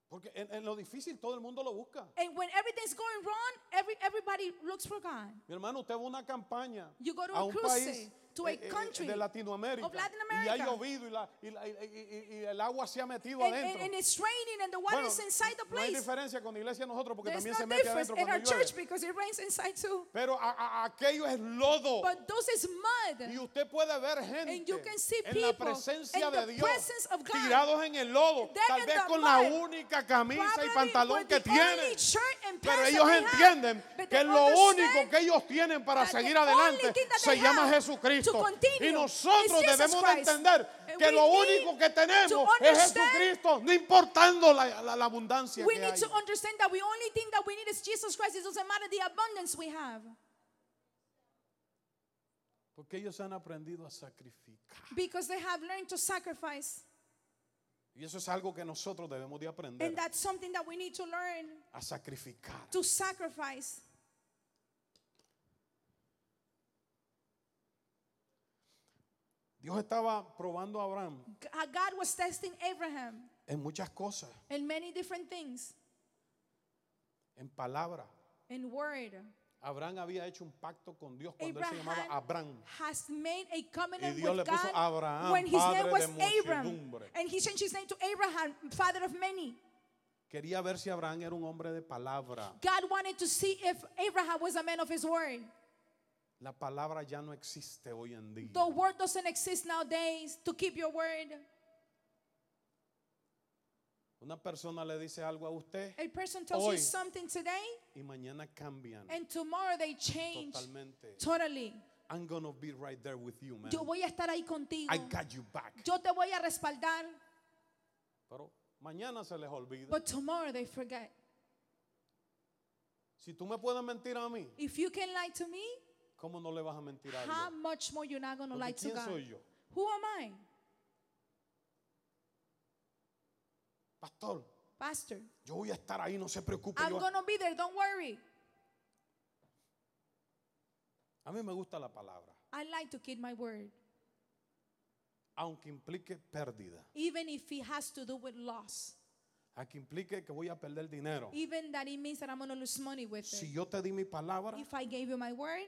Speaker 2: Porque en, en lo difícil todo el mundo lo busca.
Speaker 1: And when everything's going wrong, every, everybody looks for God.
Speaker 2: Mi hermano, usted va a una campaña
Speaker 1: You go to
Speaker 2: a
Speaker 1: a
Speaker 2: un
Speaker 1: crusade,
Speaker 2: país
Speaker 1: to a
Speaker 2: eh, eh,
Speaker 1: country
Speaker 2: de Latinoamérica
Speaker 1: of Latin
Speaker 2: y ha
Speaker 1: America.
Speaker 2: llovido y, la- y la- y- y- y el agua se ha metido
Speaker 1: And,
Speaker 2: adentro.
Speaker 1: and, and it's raining and the water
Speaker 2: Bueno,
Speaker 1: is inside the
Speaker 2: no hay
Speaker 1: place.
Speaker 2: diferencia con la iglesia de nosotros porque
Speaker 1: There's
Speaker 2: también se
Speaker 1: no
Speaker 2: mete
Speaker 1: difference
Speaker 2: adentro
Speaker 1: in
Speaker 2: cuando
Speaker 1: our
Speaker 2: llueve.
Speaker 1: church because it rains inside too.
Speaker 2: Pero a- a- aquello es lodo
Speaker 1: But those is
Speaker 2: y
Speaker 1: mud.
Speaker 2: usted puede ver gente
Speaker 1: you can see
Speaker 2: en la
Speaker 1: people
Speaker 2: presencia
Speaker 1: in
Speaker 2: de
Speaker 1: the
Speaker 2: Dios
Speaker 1: presence of God,
Speaker 2: tirados en el lodo,
Speaker 1: dead
Speaker 2: tal
Speaker 1: in
Speaker 2: vez
Speaker 1: the
Speaker 2: con la
Speaker 1: mud,
Speaker 2: única camisa y
Speaker 1: Probably
Speaker 2: pantalón
Speaker 1: with
Speaker 2: que
Speaker 1: the only
Speaker 2: tienen.
Speaker 1: shirt and
Speaker 2: Pero
Speaker 1: pants
Speaker 2: ellos
Speaker 1: that they have.
Speaker 2: entienden
Speaker 1: But
Speaker 2: que
Speaker 1: they
Speaker 2: lo único
Speaker 1: understand
Speaker 2: que ellos tienen para
Speaker 1: that the
Speaker 2: seguir
Speaker 1: only
Speaker 2: adelante
Speaker 1: thing that
Speaker 2: se
Speaker 1: they
Speaker 2: llama
Speaker 1: have to
Speaker 2: Jesucristo.
Speaker 1: continue
Speaker 2: Y
Speaker 1: is
Speaker 2: nosotros
Speaker 1: Jesus
Speaker 2: debemos de
Speaker 1: Christ.
Speaker 2: entender
Speaker 1: And
Speaker 2: que
Speaker 1: we
Speaker 2: lo
Speaker 1: need
Speaker 2: único que
Speaker 1: to
Speaker 2: tenemos es
Speaker 1: understand-
Speaker 2: Jesucristo, no importando la, la- la abundancia
Speaker 1: We
Speaker 2: que
Speaker 1: need
Speaker 2: hay.
Speaker 1: to understand that the only thing that we need is Jesus Christ. It doesn't matter the abundance we have.
Speaker 2: Porque ellos han aprendido a sacrificar.
Speaker 1: Because they have learned to sacrifice.
Speaker 2: Y eso es algo que nosotros debemos de aprender
Speaker 1: And that's something that we need to learn
Speaker 2: a sacrificar.
Speaker 1: to sacrifice.
Speaker 2: Dios estaba probando a Abraham
Speaker 1: G- uh, God was testing Abraham
Speaker 2: en muchas cosas,
Speaker 1: in many different things.
Speaker 2: en palabras.
Speaker 1: In word,
Speaker 2: Abraham había hecho un pacto con Dios cuando él se
Speaker 1: Abraham
Speaker 2: llamaba Abraham.
Speaker 1: has made a
Speaker 2: Y
Speaker 1: covenant
Speaker 2: Dios le
Speaker 1: with
Speaker 2: puso
Speaker 1: God
Speaker 2: Abraham,
Speaker 1: when his
Speaker 2: padre
Speaker 1: name was
Speaker 2: de
Speaker 1: Abram.
Speaker 2: muchedumbre.
Speaker 1: And he changed his name to Abraham, father of many.
Speaker 2: Quería ver si Abraham era un hombre de palabra.
Speaker 1: God wanted to see if Abraham was a man of his word.
Speaker 2: La palabra ya no existe hoy en día.
Speaker 1: The word doesn't exist nowadays to keep your word.
Speaker 2: Una persona le dice algo a usted
Speaker 1: A person tells
Speaker 2: Hoy.
Speaker 1: you something today,
Speaker 2: y mañana cambian
Speaker 1: and tomorrow they change
Speaker 2: totalmente.
Speaker 1: totally.
Speaker 2: I'm gonna be right there with you, man.
Speaker 1: Yo voy a estar ahí contigo.
Speaker 2: I got you back.
Speaker 1: Yo te voy a respaldar.
Speaker 2: Pero mañana se les olvida.
Speaker 1: But tomorrow they forget.
Speaker 2: Si tú me puedes mentir a mí,
Speaker 1: If you can lie to me,
Speaker 2: ¿cómo no le vas a mentir a
Speaker 1: how
Speaker 2: Dios?
Speaker 1: much more you're not going to
Speaker 2: Porque
Speaker 1: lie to
Speaker 2: ¿quién
Speaker 1: God?
Speaker 2: soy yo?
Speaker 1: Who am I?
Speaker 2: Pastor,
Speaker 1: Pastor.
Speaker 2: yo voy a estar ahí, no se preocupe.
Speaker 1: I'm
Speaker 2: yo-
Speaker 1: going to be there. Don't worry.
Speaker 2: A mí me gusta la palabra,
Speaker 1: I like to keep my word,
Speaker 2: aunque implique pérdida,
Speaker 1: even if it has to do with loss,
Speaker 2: aunque implique que voy a perder dinero.
Speaker 1: even that it means that I'm going to lose money with
Speaker 2: Si
Speaker 1: it.
Speaker 2: yo te di mi palabra,
Speaker 1: If I gave you my word,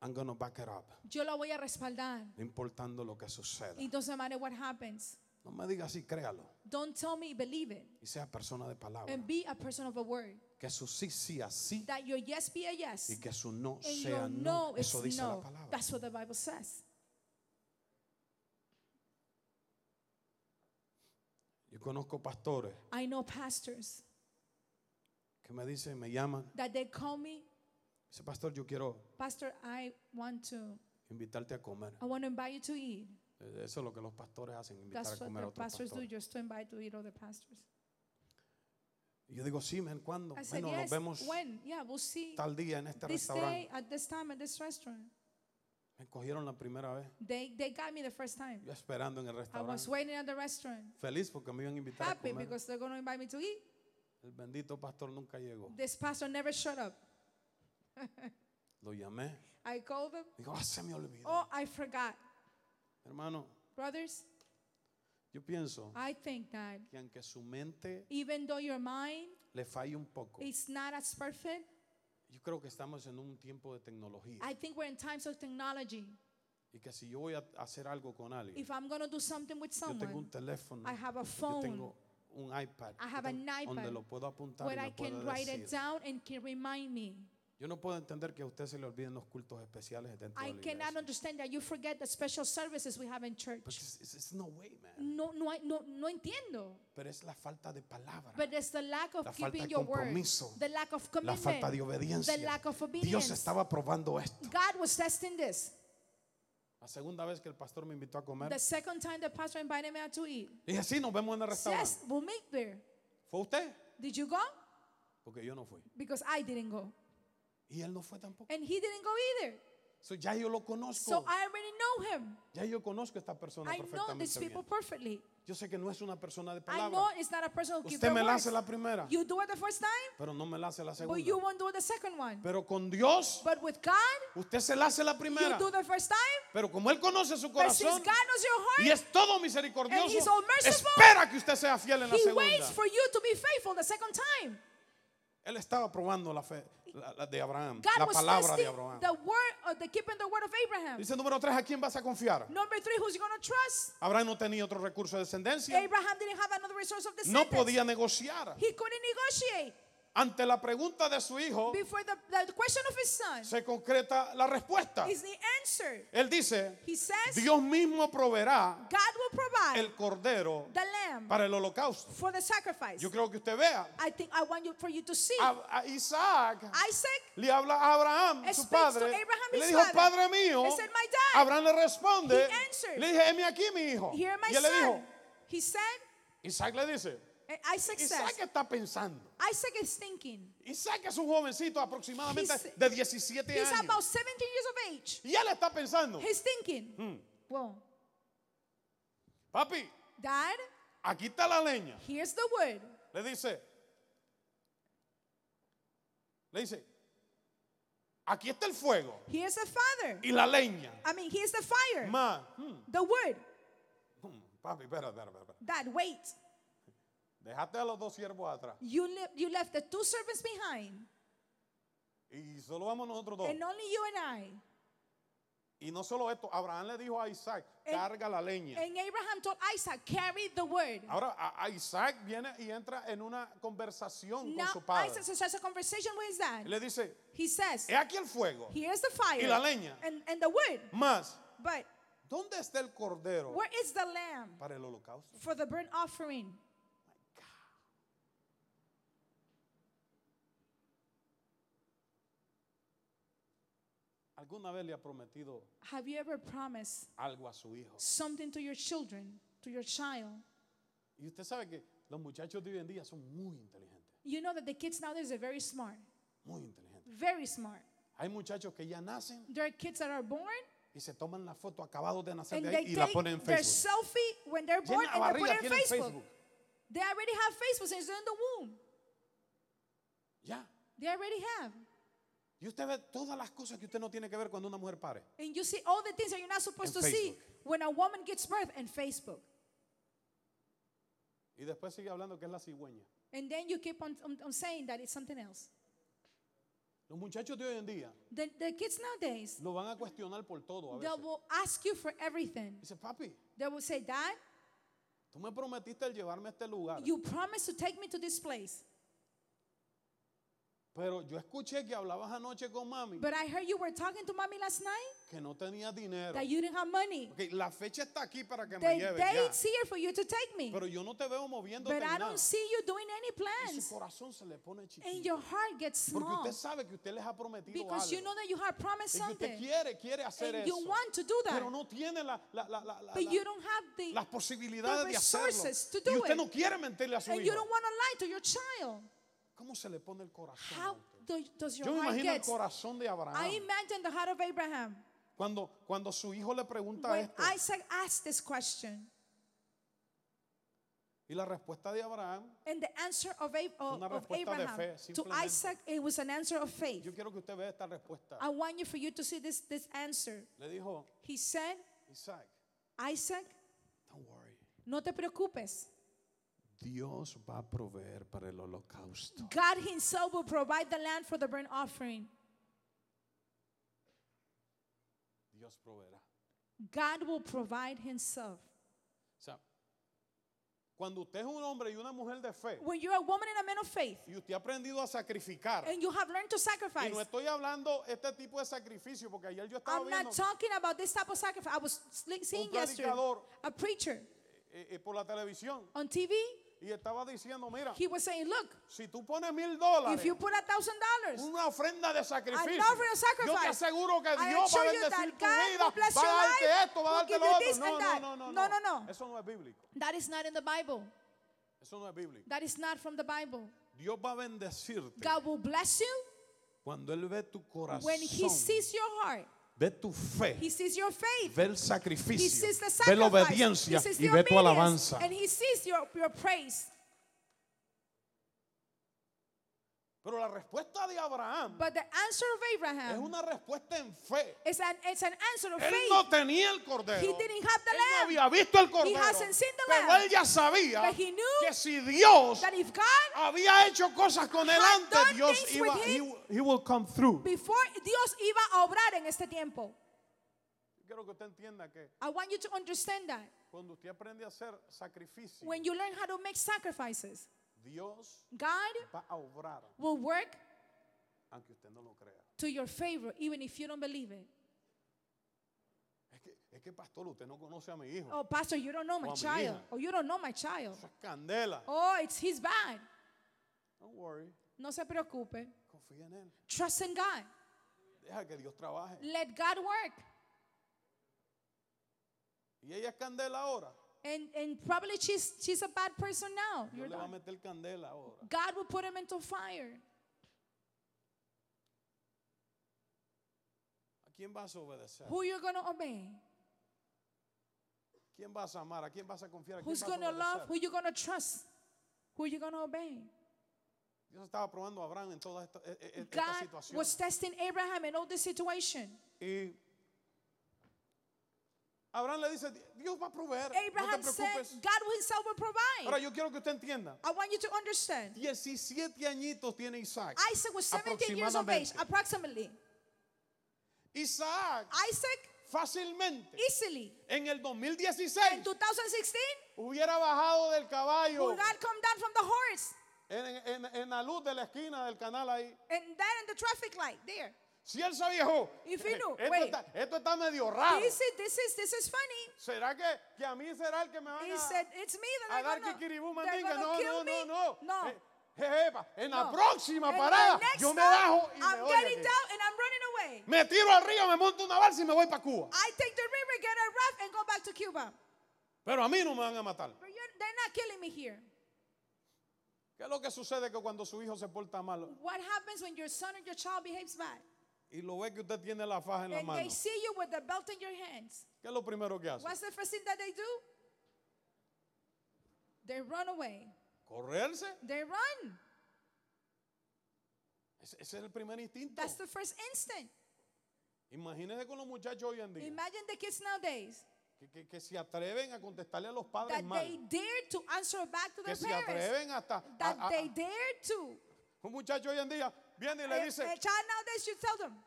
Speaker 2: I'm gonna back it up,
Speaker 1: yo la voy a respaldar.
Speaker 2: no importando lo que suceda.
Speaker 1: It doesn't matter what happens.
Speaker 2: No me digas así, créalo.
Speaker 1: Don't tell me, believe it.
Speaker 2: Y sea persona de palabra.
Speaker 1: And be a person of a word.
Speaker 2: Que su sí sea sí
Speaker 1: That your yes be a yes.
Speaker 2: y que su no
Speaker 1: and
Speaker 2: sea
Speaker 1: your
Speaker 2: no.
Speaker 1: no is
Speaker 2: Eso dice la
Speaker 1: no.
Speaker 2: palabra.
Speaker 1: That's what the Bible says.
Speaker 2: Yo conozco pastores
Speaker 1: I know pastors
Speaker 2: que me dicen, me llaman.
Speaker 1: that they call me,
Speaker 2: Dice, pastor, yo quiero
Speaker 1: Pastor, I want to,
Speaker 2: invitarte a comer.
Speaker 1: I want to invite you to eat.
Speaker 2: Eh, Eso es lo que los pastores hacen, invitar
Speaker 1: That's
Speaker 2: a
Speaker 1: what
Speaker 2: comer a
Speaker 1: the
Speaker 2: otros
Speaker 1: pastors do,
Speaker 2: pastores.
Speaker 1: just to invite to eat other pastors.
Speaker 2: Y yo digo, sí, men, ¿cuándo?
Speaker 1: I said,
Speaker 2: Bueno, nos
Speaker 1: yes,
Speaker 2: vemos
Speaker 1: when? Yeah, we'll see.
Speaker 2: tal día en este
Speaker 1: This
Speaker 2: restaurante.
Speaker 1: day, at this time, at this restaurant.
Speaker 2: Me cogieron la primera vez.
Speaker 1: They, they got me the first time.
Speaker 2: Yo esperando en el
Speaker 1: I was
Speaker 2: restaurante.
Speaker 1: waiting at the restaurant.
Speaker 2: Feliz porque me iban a invitar a
Speaker 1: Happy
Speaker 2: comer.
Speaker 1: because they're going to invite me to eat.
Speaker 2: El bendito pastor nunca llegó.
Speaker 1: This pastor never showed up.
Speaker 2: Lo llamé.
Speaker 1: I called him.
Speaker 2: Digo, ah, se me olvidó.
Speaker 1: Oh, I forgot.
Speaker 2: Hermano,
Speaker 1: Brothers,
Speaker 2: yo pienso
Speaker 1: I think that
Speaker 2: que aunque su mente
Speaker 1: even though your mind
Speaker 2: le falle un poco,
Speaker 1: is not as perfect,
Speaker 2: yo creo que estamos en un tiempo de tecnología.
Speaker 1: I think we're in times of technology.
Speaker 2: Y que si yo voy a hacer algo con alguien,
Speaker 1: If I'm going to do something with
Speaker 2: yo tengo
Speaker 1: someone
Speaker 2: un teléfono,
Speaker 1: I have a
Speaker 2: yo
Speaker 1: phone,
Speaker 2: tengo un iPad,
Speaker 1: I
Speaker 2: yo
Speaker 1: have an
Speaker 2: tengo- donde
Speaker 1: iPad
Speaker 2: lo puedo apuntar y
Speaker 1: where
Speaker 2: me
Speaker 1: I
Speaker 2: puedo
Speaker 1: can write it
Speaker 2: decir,
Speaker 1: down and can remind me,
Speaker 2: yo Yo no puedo entender que a usted se le olviden los cultos especiales dentro
Speaker 1: I
Speaker 2: de la
Speaker 1: cannot
Speaker 2: iglesia.
Speaker 1: understand that you forget the special services we have in
Speaker 2: Porque
Speaker 1: church.
Speaker 2: it's- it's- it's no way, man.
Speaker 1: No, no, hay- no, no entiendo.
Speaker 2: Pero es la falta de palabra.
Speaker 1: But it's the lack of
Speaker 2: La falta
Speaker 1: keeping
Speaker 2: de
Speaker 1: your word,
Speaker 2: compromiso.
Speaker 1: the lack of
Speaker 2: la
Speaker 1: commitment,
Speaker 2: falta de obediencia.
Speaker 1: the lack of
Speaker 2: Dios
Speaker 1: obedience.
Speaker 2: estaba probando esto.
Speaker 1: God was testing this.
Speaker 2: La segunda vez que el pastor me invitó a comer,
Speaker 1: The second time the pastor invited me out to eat.
Speaker 2: dije, sí, nos vemos en el restaurante.
Speaker 1: Yes, we'll meet there.
Speaker 2: ¿Fue usted?
Speaker 1: Did you go?
Speaker 2: Porque yo no fui.
Speaker 1: Because I didn't go.
Speaker 2: Y él no fue tampoco.
Speaker 1: And he didn't go either.
Speaker 2: So, ya yo lo conozco.
Speaker 1: So I already know him.
Speaker 2: ya yo conozco a esta persona
Speaker 1: I know
Speaker 2: perfectamente
Speaker 1: these people
Speaker 2: bien.
Speaker 1: perfectly.
Speaker 2: Yo sé que no es una persona de
Speaker 1: I know
Speaker 2: palabra.
Speaker 1: it's not a person who keeps
Speaker 2: Usted me
Speaker 1: their
Speaker 2: la
Speaker 1: words.
Speaker 2: hace la primera,
Speaker 1: You do it the first time,
Speaker 2: pero no me la hace la
Speaker 1: but you
Speaker 2: segunda.
Speaker 1: won't do it the second one.
Speaker 2: Pero con Dios,
Speaker 1: But with God,
Speaker 2: usted se la hace la
Speaker 1: you
Speaker 2: primera.
Speaker 1: do the first time,
Speaker 2: Pero como Él conoce su
Speaker 1: but since
Speaker 2: corazón
Speaker 1: God knows your
Speaker 2: y
Speaker 1: heart,
Speaker 2: es todo misericordioso,
Speaker 1: And he's all merciful,
Speaker 2: espera que usted sea fiel en la
Speaker 1: He
Speaker 2: segunda.
Speaker 1: waits for you to be faithful the second time.
Speaker 2: Él estaba probando la fe la- la de Abraham,
Speaker 1: God
Speaker 2: la
Speaker 1: was
Speaker 2: palabra de
Speaker 1: testing
Speaker 2: Abraham.
Speaker 1: the word of the keeping the word of Abraham.
Speaker 2: Dice número tres, ¿a quién vas a confiar?
Speaker 1: Number three, who's going to trust?
Speaker 2: Abraham no tenía otro recurso de descendencia.
Speaker 1: Abraham didn't have another resource of
Speaker 2: No
Speaker 1: descendants.
Speaker 2: podía negociar.
Speaker 1: He couldn't negotiate.
Speaker 2: Ante la pregunta de su hijo,
Speaker 1: Before the, the question of his son
Speaker 2: se concreta la respuesta.
Speaker 1: is the answer.
Speaker 2: Él dice,
Speaker 1: He says,
Speaker 2: Dios mismo proveerá
Speaker 1: God will provide
Speaker 2: el cordero
Speaker 1: the lamb
Speaker 2: para el holocausto.
Speaker 1: for the sacrifice.
Speaker 2: Yo creo que usted vea,
Speaker 1: I think I want you for you to see.
Speaker 2: a, a Isaac
Speaker 1: Isaac
Speaker 2: le habla a Abraham, su
Speaker 1: Speaks to
Speaker 2: padre,
Speaker 1: Abraham,
Speaker 2: y le
Speaker 1: his
Speaker 2: dijo,
Speaker 1: father.
Speaker 2: Padre mío,
Speaker 1: He said, "My dad."
Speaker 2: Abraham le responde,
Speaker 1: He answered,
Speaker 2: le dije, heme aquí mi hijo.
Speaker 1: Here my
Speaker 2: y él le dijo,
Speaker 1: son. He said,
Speaker 2: Isaac le dice,
Speaker 1: and Isaac
Speaker 2: Isaac
Speaker 1: says,
Speaker 2: está pensando.
Speaker 1: Isaac is thinking.
Speaker 2: Isaac es un jovencito aproximadamente
Speaker 1: He's-
Speaker 2: de 17
Speaker 1: He's
Speaker 2: años.
Speaker 1: about 17 years of age.
Speaker 2: y él está pensando,
Speaker 1: He's thinking, well,
Speaker 2: papi,
Speaker 1: dad,
Speaker 2: aquí está la leña.
Speaker 1: here's the wood.
Speaker 2: Le dice, le dice, aquí está el fuego
Speaker 1: Here's the father.
Speaker 2: y la leña.
Speaker 1: I mean, here's the fire.
Speaker 2: Más, mm,
Speaker 1: The wood.
Speaker 2: mm, papi, espera, espera, espera. espera.
Speaker 1: Dad, wait.
Speaker 2: Dejaste a los dos siervos atrás
Speaker 1: You, li- you left the two servants behind,
Speaker 2: y solo vamos nosotros dos.
Speaker 1: and only you and I.
Speaker 2: Y no solo esto, Abraham le dijo a Isaac,
Speaker 1: And-
Speaker 2: carga la leña.
Speaker 1: And Abraham told Isaac, carry the word.
Speaker 2: Ahora a- a Isaac viene y entra en una conversación
Speaker 1: Now
Speaker 2: con su padre.
Speaker 1: Isaac has a conversation with his
Speaker 2: Y
Speaker 1: dad.
Speaker 2: le dice,
Speaker 1: He says,
Speaker 2: he aquí el fuego,
Speaker 1: here's the fire
Speaker 2: Y la leña.
Speaker 1: and, and the wood,
Speaker 2: más,
Speaker 1: but
Speaker 2: ¿dónde está el cordero
Speaker 1: where is the lamb
Speaker 2: para el holocausto?
Speaker 1: for the burnt offering?
Speaker 2: ¿Alguna vez le ha prometido
Speaker 1: Have you ever promised
Speaker 2: algo a su hijo?
Speaker 1: something to your children, to your child?
Speaker 2: Y usted sabe que los muchachos de hoy en día son muy inteligentes,
Speaker 1: You know that the kids nowadays are very smart,
Speaker 2: muy inteligentes.
Speaker 1: very smart.
Speaker 2: Hay muchachos que ya nacen
Speaker 1: There are kids that are born
Speaker 2: y se toman la foto acabados de nacer
Speaker 1: and
Speaker 2: de
Speaker 1: they
Speaker 2: ahí y la
Speaker 1: take
Speaker 2: ponen en
Speaker 1: their
Speaker 2: Facebook.
Speaker 1: selfie when they're born
Speaker 2: Llena la
Speaker 1: and they put it
Speaker 2: barriga aquí
Speaker 1: in
Speaker 2: en el
Speaker 1: Facebook.
Speaker 2: Facebook.
Speaker 1: They already have Facebook since they're in the womb.
Speaker 2: Ya.
Speaker 1: They already have.
Speaker 2: Y usted ve todas las cosas que usted no tiene que ver cuando una mujer pare.
Speaker 1: And you see all the things that you're not supposed to
Speaker 2: En
Speaker 1: see
Speaker 2: Facebook.
Speaker 1: when a woman gives birth and Facebook.
Speaker 2: Y después sigue hablando que es la cigüeña.
Speaker 1: And then you keep on, on, on saying that it's something else.
Speaker 2: Los muchachos de hoy en día
Speaker 1: The, the kids nowadays,
Speaker 2: lo van a cuestionar por todo a
Speaker 1: they
Speaker 2: veces.
Speaker 1: will ask you for everything.
Speaker 2: Dice, papi,
Speaker 1: They will say, Dad,
Speaker 2: tú me prometiste el llevarme a este lugar.
Speaker 1: you promised to take me to this place.
Speaker 2: Pero yo escuché que hablabas anoche con mami
Speaker 1: But I heard you were talking to mommy last night
Speaker 2: que no tenía dinero.
Speaker 1: that you didn't have money.
Speaker 2: Ok, la fecha está aquí para que
Speaker 1: The
Speaker 2: me lleves ya.
Speaker 1: date's here for you to take me.
Speaker 2: Pero yo no te veo moviéndote
Speaker 1: But
Speaker 2: en
Speaker 1: I
Speaker 2: nada.
Speaker 1: don't see you doing any
Speaker 2: Y
Speaker 1: plans.
Speaker 2: su corazón se le pone
Speaker 1: And
Speaker 2: chiquito.
Speaker 1: your heart gets
Speaker 2: Porque
Speaker 1: small
Speaker 2: usted sabe que usted les ha prometido
Speaker 1: because
Speaker 2: algo.
Speaker 1: you know that you have promised
Speaker 2: y que usted
Speaker 1: something.
Speaker 2: quiere, quiere hacer
Speaker 1: And
Speaker 2: eso.
Speaker 1: you want to do that.
Speaker 2: Pero no tiene la- la- la- la- la-
Speaker 1: But
Speaker 2: la-
Speaker 1: you don't have the,
Speaker 2: las posibilidades
Speaker 1: the
Speaker 2: de hacerlo.
Speaker 1: resources to
Speaker 2: Y
Speaker 1: do
Speaker 2: usted
Speaker 1: it.
Speaker 2: no quiere mentirle a su
Speaker 1: and you
Speaker 2: hijo.
Speaker 1: don't want to lie to your child.
Speaker 2: ¿Cómo se le pone el corazón? a
Speaker 1: How
Speaker 2: usted?
Speaker 1: do, does your
Speaker 2: Yo me
Speaker 1: heart
Speaker 2: imagino el
Speaker 1: get?
Speaker 2: corazón de
Speaker 1: I
Speaker 2: Abraham
Speaker 1: imagine the heart of Abraham
Speaker 2: cuando, cuando su hijo le pregunta
Speaker 1: when
Speaker 2: esto.
Speaker 1: Isaac asked this question.
Speaker 2: Y la respuesta de Abraham,
Speaker 1: And the answer of, Ab- of,
Speaker 2: Una
Speaker 1: of
Speaker 2: respuesta de
Speaker 1: Abraham
Speaker 2: fe,
Speaker 1: to
Speaker 2: simplemente.
Speaker 1: Isaac, it was an answer of faith.
Speaker 2: yo quiero que usted vea esta respuesta.
Speaker 1: I want you for you to see this, this answer.
Speaker 2: Le dijo,
Speaker 1: He said,
Speaker 2: Isaac,
Speaker 1: Isaac,
Speaker 2: don't worry.
Speaker 1: no te preocupes.
Speaker 2: Dios va a proveer para el holocausto.
Speaker 1: God Himself will provide the land for the burnt offering.
Speaker 2: Dios proveerá.
Speaker 1: God will provide Himself.
Speaker 2: O sea, Cuando usted es un hombre y una mujer de fe
Speaker 1: When you're a woman and a man of faith
Speaker 2: y usted ha aprendido a sacrificar,
Speaker 1: and you have learned to
Speaker 2: y
Speaker 1: sacrifice,
Speaker 2: no estoy hablando este tipo de sacrificio porque ayer yo estaba
Speaker 1: I'm
Speaker 2: viendo
Speaker 1: not talking about this type of sacrifice. I was sli- seeing yesterday
Speaker 2: predicador.
Speaker 1: a preacher
Speaker 2: eh, eh, por la televisión
Speaker 1: on TV.
Speaker 2: y estaba diciendo, mira,
Speaker 1: He was saying, Look,
Speaker 2: si tú pones mil
Speaker 1: if
Speaker 2: dólares,
Speaker 1: you put a thousand dollars,
Speaker 2: una ofrenda de sacrificio,
Speaker 1: An offering of
Speaker 2: yo te
Speaker 1: sacrifice.
Speaker 2: aseguro que
Speaker 1: I
Speaker 2: Dios va a
Speaker 1: assure you
Speaker 2: bendecir
Speaker 1: that
Speaker 2: tu
Speaker 1: God
Speaker 2: vida,
Speaker 1: will bless
Speaker 2: va a
Speaker 1: your
Speaker 2: darte
Speaker 1: life,
Speaker 2: esto, va a
Speaker 1: will
Speaker 2: darte
Speaker 1: give
Speaker 2: lo
Speaker 1: you
Speaker 2: otro.
Speaker 1: this
Speaker 2: No,
Speaker 1: and
Speaker 2: no,
Speaker 1: that.
Speaker 2: no, no,
Speaker 1: No,
Speaker 2: no,
Speaker 1: no, no.
Speaker 2: Eso no es bíblico.
Speaker 1: that is not in the Bible.
Speaker 2: Eso no es bíblico.
Speaker 1: That is not from the Bible.
Speaker 2: Dios va a bendecirte
Speaker 1: God will bless you
Speaker 2: cuando Él ve tu corazón,
Speaker 1: when He sees your heart,
Speaker 2: ve tu fe.
Speaker 1: He sees your faith.
Speaker 2: ve el
Speaker 1: He
Speaker 2: sacrificio,
Speaker 1: sees the
Speaker 2: ve la
Speaker 1: sacrifice.
Speaker 2: obediencia
Speaker 1: he sees
Speaker 2: y
Speaker 1: the
Speaker 2: ve tu
Speaker 1: obedience,
Speaker 2: alabanza.
Speaker 1: And he sees your, your praise.
Speaker 2: Pero la respuesta de Abraham
Speaker 1: But the answer of
Speaker 2: es
Speaker 1: Abraham
Speaker 2: una respuesta en fe.
Speaker 1: is an, it's an answer of
Speaker 2: Él
Speaker 1: faith.
Speaker 2: no tenía el cordero.
Speaker 1: He didn't have the
Speaker 2: Él no
Speaker 1: lamb.
Speaker 2: había visto el cordero.
Speaker 1: hasn't seen the
Speaker 2: pero
Speaker 1: lamb.
Speaker 2: él ya sabía
Speaker 1: But he knew
Speaker 2: que si Dios
Speaker 1: that if God,
Speaker 2: había hecho cosas con él
Speaker 1: had
Speaker 2: antes,
Speaker 1: done
Speaker 2: Dios
Speaker 1: things
Speaker 2: iba.
Speaker 1: with him,
Speaker 2: he- he will come through.
Speaker 1: before Dios iba a obrar en este tiempo,
Speaker 2: Yo Quiero que usted entienda que
Speaker 1: I want you to understand that.
Speaker 2: cuando usted aprende a hacer sacrificio,
Speaker 1: When you learn how to make sacrifices,
Speaker 2: Dios
Speaker 1: God
Speaker 2: va a obrar,
Speaker 1: will work
Speaker 2: aunque usted no lo crea.
Speaker 1: to your favor, even if you don't believe it.
Speaker 2: Es que, es que pastor, usted no conoce a mi hijo.
Speaker 1: Oh, Pastor, you don't know
Speaker 2: O
Speaker 1: my
Speaker 2: a mi
Speaker 1: child.
Speaker 2: hija.
Speaker 1: Oh, you don't know my child.
Speaker 2: Eso es candela.
Speaker 1: Oh, it's his bad.
Speaker 2: Don't worry,
Speaker 1: No se preocupe.
Speaker 2: confía en él.
Speaker 1: Trust in God.
Speaker 2: Deja que Dios trabaje.
Speaker 1: Let God work.
Speaker 2: Y ella es candela ahora.
Speaker 1: And and probably she's she's a bad person now.
Speaker 2: Dios
Speaker 1: Your
Speaker 2: le va a
Speaker 1: daughter.
Speaker 2: meter candela ahora.
Speaker 1: God will put him into fire.
Speaker 2: ¿A quién vas a obedecer?
Speaker 1: Who you're gonna obey?
Speaker 2: ¿Quién vas a amar? ¿A quién vas a confiar? ¿A quién
Speaker 1: Who's
Speaker 2: vas a
Speaker 1: gonna love? Who
Speaker 2: obedecer?
Speaker 1: you gonna trust? Who you gonna obey?
Speaker 2: Dios estaba probando a Abraham en toda esta, e- e- esta
Speaker 1: God
Speaker 2: situación.
Speaker 1: was testing Abraham in all this situation.
Speaker 2: Y Abraham le dice, Dios va a proveer. no
Speaker 1: Abraham
Speaker 2: te
Speaker 1: said,
Speaker 2: preocupes.
Speaker 1: God Himself will
Speaker 2: Ahora
Speaker 1: provide.
Speaker 2: yo quiero que usted entienda.
Speaker 1: I want you to understand.
Speaker 2: 17 añitos tiene Isaac.
Speaker 1: Isaac was 17 years of age,
Speaker 2: Aproximadamente.
Speaker 1: approximately.
Speaker 2: Isaac
Speaker 1: Isaac
Speaker 2: fácilmente
Speaker 1: easily
Speaker 2: en el
Speaker 1: in
Speaker 2: 2016
Speaker 1: 2016
Speaker 2: hubiera bajado del caballo
Speaker 1: will God come down from the horse
Speaker 2: en, en- en la luz de la esquina del canal ahí.
Speaker 1: and there in the traffic light there.
Speaker 2: Si él se viejó,
Speaker 1: If he knew,
Speaker 2: esto,
Speaker 1: wait.
Speaker 2: está, esto está medio raro.
Speaker 1: He said, "This is this is funny."
Speaker 2: ¿Será que, que a mí será el que me van
Speaker 1: He
Speaker 2: a,
Speaker 1: said, "It's me that
Speaker 2: a dar
Speaker 1: they're gonna,
Speaker 2: kikiribú,
Speaker 1: they're
Speaker 2: mandinga?
Speaker 1: gonna
Speaker 2: No,
Speaker 1: kill
Speaker 2: no, no,
Speaker 1: me."
Speaker 2: no.
Speaker 1: No.
Speaker 2: Eh, jejepa, en la
Speaker 1: No.
Speaker 2: próxima
Speaker 1: And the
Speaker 2: parada
Speaker 1: next
Speaker 2: yo me
Speaker 1: stop,
Speaker 2: bajo y me
Speaker 1: I'm
Speaker 2: voy
Speaker 1: getting
Speaker 2: aquí.
Speaker 1: down and I'm running away.
Speaker 2: Me tiro al río, me monto una balsa y me voy para Cuba.
Speaker 1: I take the river, get a raft, and go back to Cuba.
Speaker 2: Pero a mí no me van a matar.
Speaker 1: But you're, they're not killing me here.
Speaker 2: ¿Qué es lo que sucede que cuando su hijo se porta mal
Speaker 1: What happens when your son or your child behaves bad?
Speaker 2: y lo ve que usted tiene la faja en la
Speaker 1: And
Speaker 2: mano?
Speaker 1: they see you with the belt in your hands.
Speaker 2: ¿Qué es lo primero que hace?
Speaker 1: What's the first thing that they do? They run away.
Speaker 2: Correrse.
Speaker 1: They run.
Speaker 2: Ese, ese es el primer instinto.
Speaker 1: That's the first instant.
Speaker 2: Imagínese con los muchachos hoy en día
Speaker 1: Imagine the kids nowadays
Speaker 2: que, que- que se atreven a contestarle a los padres
Speaker 1: that
Speaker 2: mal.
Speaker 1: they dare to answer back to
Speaker 2: que
Speaker 1: their
Speaker 2: se
Speaker 1: parents.
Speaker 2: atreven hasta a-
Speaker 1: That
Speaker 2: a- a-
Speaker 1: they dare to.
Speaker 2: un muchacho hoy en día viene y
Speaker 1: A,
Speaker 2: le
Speaker 1: a
Speaker 2: dice "Ah,
Speaker 1: child nowadays should tell them,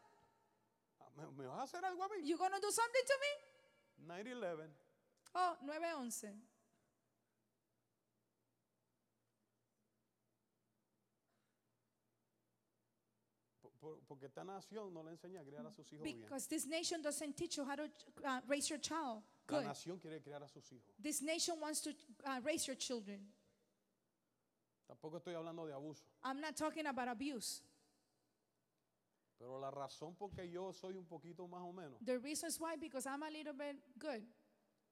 Speaker 2: ¿Me, me vas a hacer algo a mí
Speaker 1: "You gonna do something to me?"
Speaker 2: 9-11
Speaker 1: Oh, 911.
Speaker 2: Por- por- porque esta nación no le enseña a criar a sus hijos bien
Speaker 1: Because this nation doesn't teach you how to uh, raise your child
Speaker 2: la
Speaker 1: good.
Speaker 2: nación quiere criar a sus hijos
Speaker 1: This nation wants to uh, raise your children.
Speaker 2: tampoco estoy hablando de abuso
Speaker 1: I'm not talking about abuse.
Speaker 2: pero la razón por que yo soy un poquito más o menos
Speaker 1: The reasons why, because I'm a little bit good.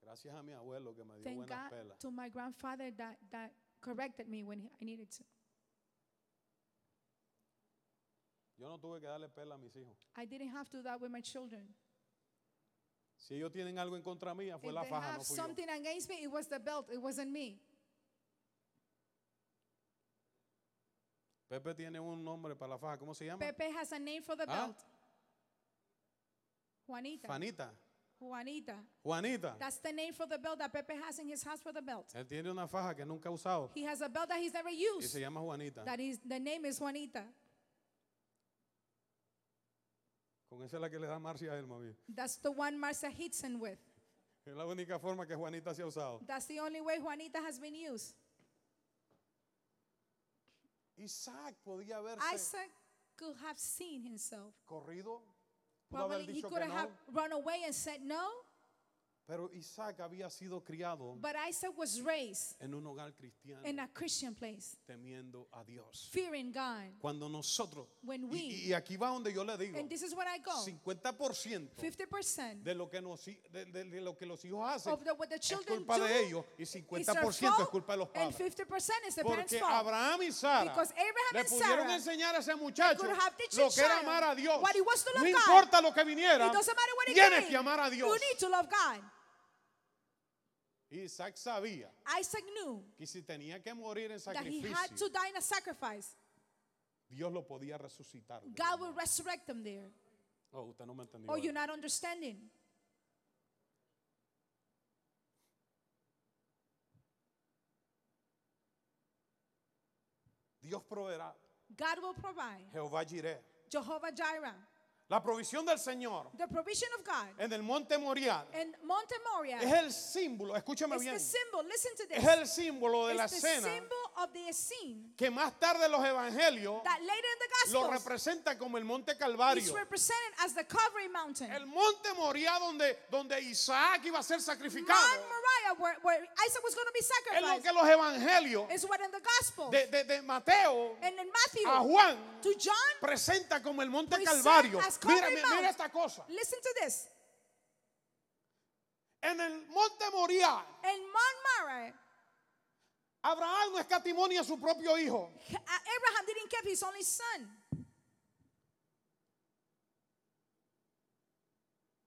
Speaker 2: gracias a mi abuelo que me dio
Speaker 1: Thank
Speaker 2: buenas
Speaker 1: God
Speaker 2: pelas
Speaker 1: to my grandfather that, that corrected me when I needed to.
Speaker 2: yo no tuve que darle pelas a mis hijos
Speaker 1: I didn't have to do that with my children.
Speaker 2: si ellos tienen algo en contra mía fue
Speaker 1: If
Speaker 2: la
Speaker 1: they
Speaker 2: faja
Speaker 1: have
Speaker 2: no fui yo
Speaker 1: something against me, it was the belt, it wasn't me.
Speaker 2: Pepe tiene un nombre para la faja ¿cómo se llama?
Speaker 1: Pepe has a name for the
Speaker 2: Ah.
Speaker 1: belt. Juanita.
Speaker 2: Fanita
Speaker 1: Juanita.
Speaker 2: Juanita
Speaker 1: That's the name for the belt that Pepe has in his house for the belt.
Speaker 2: él tiene una faja que nunca ha usado
Speaker 1: He has a belt that he's never
Speaker 2: y se
Speaker 1: used.
Speaker 2: llama Juanita
Speaker 1: That is the name is Juanita.
Speaker 2: Con esa es la que le da Marcia a él, mami.
Speaker 1: That's the one Marcia hits him with.
Speaker 2: Es la única forma que Juanita se ha usado.
Speaker 1: That's the only way Juanita has been used.
Speaker 2: Isaac podía haberse
Speaker 1: Isaac could have seen himself.
Speaker 2: corrido, pudo
Speaker 1: Probably
Speaker 2: haber
Speaker 1: he
Speaker 2: dicho
Speaker 1: could
Speaker 2: que no,
Speaker 1: have run away and said no,
Speaker 2: pero Isaac había sido criado
Speaker 1: but Isaac was raised
Speaker 2: en un hogar cristiano
Speaker 1: in a Christian place,
Speaker 2: temiendo a Dios.
Speaker 1: fearing God.
Speaker 2: Cuando nosotros,
Speaker 1: When
Speaker 2: y-
Speaker 1: we-
Speaker 2: y, y aquí va donde yo le digo,
Speaker 1: And this is what I go
Speaker 2: 50%
Speaker 1: 50%
Speaker 2: de lo, que nos, hi- de, de- de lo que los hijos hacen
Speaker 1: of the, what the
Speaker 2: es
Speaker 1: children
Speaker 2: culpa
Speaker 1: do
Speaker 2: de ellos y
Speaker 1: is their
Speaker 2: 50% es
Speaker 1: fault,
Speaker 2: culpa de los
Speaker 1: And
Speaker 2: padres.
Speaker 1: 50% is the parents'
Speaker 2: Porque
Speaker 1: fault.
Speaker 2: Abraham y Sara
Speaker 1: Because Abraham
Speaker 2: le
Speaker 1: and
Speaker 2: pudieron
Speaker 1: Sarah
Speaker 2: enseñar a ese muchacho
Speaker 1: could have teach
Speaker 2: lo
Speaker 1: the
Speaker 2: que era
Speaker 1: child
Speaker 2: amar a Dios.
Speaker 1: what it was to
Speaker 2: No
Speaker 1: love God.
Speaker 2: importa lo que viniera,
Speaker 1: It doesn't matter what it
Speaker 2: tienes
Speaker 1: came,
Speaker 2: que amar a Dios.
Speaker 1: You need to love God.
Speaker 2: Isaac sabía
Speaker 1: Isaac knew
Speaker 2: que si tenía que morir en
Speaker 1: that he had to
Speaker 2: sacrificio,
Speaker 1: die in a sacrifice.
Speaker 2: Dios lo podía resucitar. de la
Speaker 1: God will
Speaker 2: muerte.
Speaker 1: resurrect them there.
Speaker 2: Oh, usted no me entendió.
Speaker 1: Or you're not understanding.
Speaker 2: Dios proveerá.
Speaker 1: God will provide.
Speaker 2: Jehová Jireh.
Speaker 1: Jehovah Jireh.
Speaker 2: La provisión del Señor
Speaker 1: The provision of God.
Speaker 2: en el monte Moriah
Speaker 1: And Mount Moriah
Speaker 2: es el símbolo, escúchame
Speaker 1: is
Speaker 2: bien,
Speaker 1: the
Speaker 2: es
Speaker 1: symbol. Listen to this.
Speaker 2: el símbolo de la
Speaker 1: it's the
Speaker 2: cena
Speaker 1: symbol of the Essene
Speaker 2: que más tarde los evangelios
Speaker 1: that later in
Speaker 2: lo
Speaker 1: the Gospels
Speaker 2: representan como el monte
Speaker 1: is
Speaker 2: Calvario.
Speaker 1: represented as the covering mountain.
Speaker 2: El monte Moriah donde, donde Isaac iba a ser
Speaker 1: Mount
Speaker 2: sacrificado
Speaker 1: Moriah, where, where Isaac was going to be
Speaker 2: es lo
Speaker 1: sacrificed,
Speaker 2: que los evangelios
Speaker 1: is what in the Gospels
Speaker 2: de, de- de Mateo
Speaker 1: and in Matthew
Speaker 2: a Juan
Speaker 1: to John.
Speaker 2: presenta como el monte
Speaker 1: present
Speaker 2: Calvario.
Speaker 1: as
Speaker 2: Mira,
Speaker 1: covering
Speaker 2: mira, mira
Speaker 1: mount.
Speaker 2: esta cosa.
Speaker 1: Listen to this.
Speaker 2: En el monte Moriah
Speaker 1: In Mount Moriah,
Speaker 2: Abraham no escatimó ni a su propio hijo.
Speaker 1: Abraham didn't keep his only son,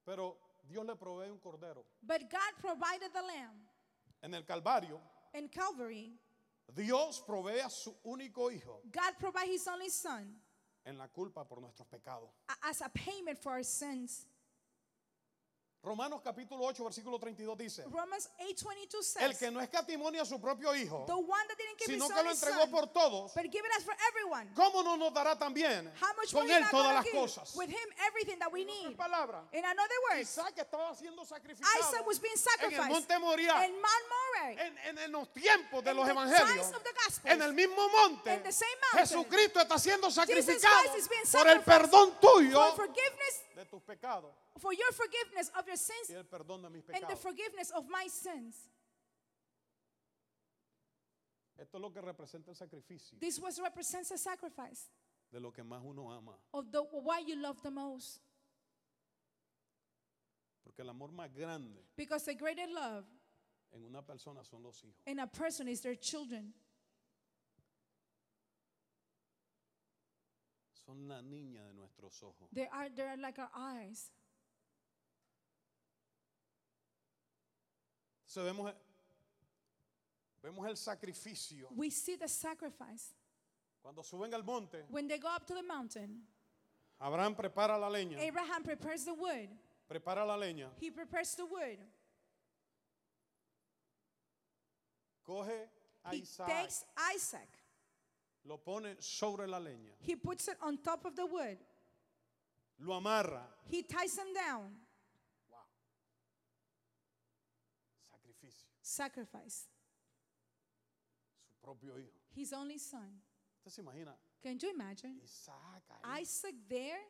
Speaker 2: Pero Dios le provee un cordero.
Speaker 1: but God provided the lamb.
Speaker 2: En el Calvario,
Speaker 1: In Calvary,
Speaker 2: Dios provee a su único hijo
Speaker 1: God provided his only son
Speaker 2: en la culpa por nuestros pecados.
Speaker 1: a- as a payment for our sins.
Speaker 2: Romanos capítulo 8, versículo 32 dice,
Speaker 1: Romans 8:22
Speaker 2: el
Speaker 1: says,
Speaker 2: que no escatimó ni a su propio hijo,
Speaker 1: the one that didn't give
Speaker 2: sino
Speaker 1: his
Speaker 2: que lo
Speaker 1: only
Speaker 2: entregó
Speaker 1: son,
Speaker 2: por todos,
Speaker 1: but give it us for everyone.
Speaker 2: ¿cómo no nos dará también
Speaker 1: How much
Speaker 2: con
Speaker 1: more is
Speaker 2: él
Speaker 1: that
Speaker 2: todas
Speaker 1: gonna
Speaker 2: las
Speaker 1: give?
Speaker 2: cosas?
Speaker 1: With him, everything that we
Speaker 2: En
Speaker 1: need.
Speaker 2: palabra,
Speaker 1: In another words,
Speaker 2: Isaac estaba siendo sacrificado
Speaker 1: Isaac was being
Speaker 2: en el
Speaker 1: sacrificed
Speaker 2: monte Moriah,
Speaker 1: in Mount Moriah.
Speaker 2: en, en- en los tiempos de
Speaker 1: In
Speaker 2: los
Speaker 1: the
Speaker 2: evangelios,
Speaker 1: times of the Gospels,
Speaker 2: en el mismo monte,
Speaker 1: in the same mountain,
Speaker 2: Jesucrificio está siendo
Speaker 1: Christ is
Speaker 2: sacrificado
Speaker 1: being
Speaker 2: por
Speaker 1: sacrificed
Speaker 2: el perdón tuyo
Speaker 1: For forgiveness,
Speaker 2: de tus pecados
Speaker 1: for your forgiveness of your
Speaker 2: y
Speaker 1: sins
Speaker 2: el perdón de mis
Speaker 1: and the
Speaker 2: pecados.
Speaker 1: forgiveness of my sins.
Speaker 2: Esto es lo que representa el sacrificio
Speaker 1: This was represents a sacrifice
Speaker 2: de lo que más uno ama,
Speaker 1: of the why you love the most.
Speaker 2: porque el amor más grande
Speaker 1: Because the greater love
Speaker 2: en una persona son los hijos.
Speaker 1: in a person is their children.
Speaker 2: Son la niña de nuestros ojos.
Speaker 1: They are they are like our eyes.
Speaker 2: Entonces vemos, vemos el sacrificio.
Speaker 1: We see the sacrifice.
Speaker 2: Cuando suben al monte,
Speaker 1: When they go up to the mountain,
Speaker 2: Abraham prepara la leña.
Speaker 1: Abraham prepares the wood.
Speaker 2: Prepara la leña.
Speaker 1: He prepares the wood.
Speaker 2: Coge a
Speaker 1: He
Speaker 2: Isaac.
Speaker 1: takes Isaac.
Speaker 2: Lo pone sobre la leña.
Speaker 1: He puts it on top of the wood.
Speaker 2: Lo amarra.
Speaker 1: He ties him down.
Speaker 2: Sacrificio.
Speaker 1: Sacrifice
Speaker 2: Su propio hijo.
Speaker 1: his only son.
Speaker 2: Usted se imagina.
Speaker 1: Can you imagine?
Speaker 2: Isaac. ahí.
Speaker 1: Isaac there.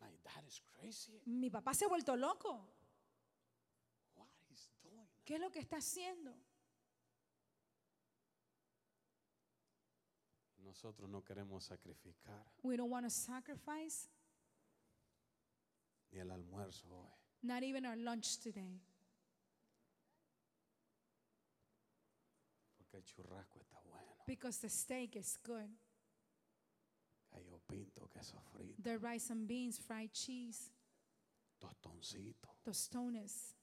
Speaker 2: My dad is crazy.
Speaker 1: Mi papá se ha vuelto loco.
Speaker 2: What is doing?
Speaker 1: ¿Qué es lo que está haciendo?
Speaker 2: Nosotros no queremos sacrificar
Speaker 1: We don't want to sacrifice,
Speaker 2: ni el almuerzo hoy.
Speaker 1: not even our lunch today,
Speaker 2: Porque el churrasco está bueno.
Speaker 1: because the steak is good.
Speaker 2: Gallo pinto, queso frito,
Speaker 1: The rice and beans, fried cheese,
Speaker 2: tostoncito.
Speaker 1: tostones.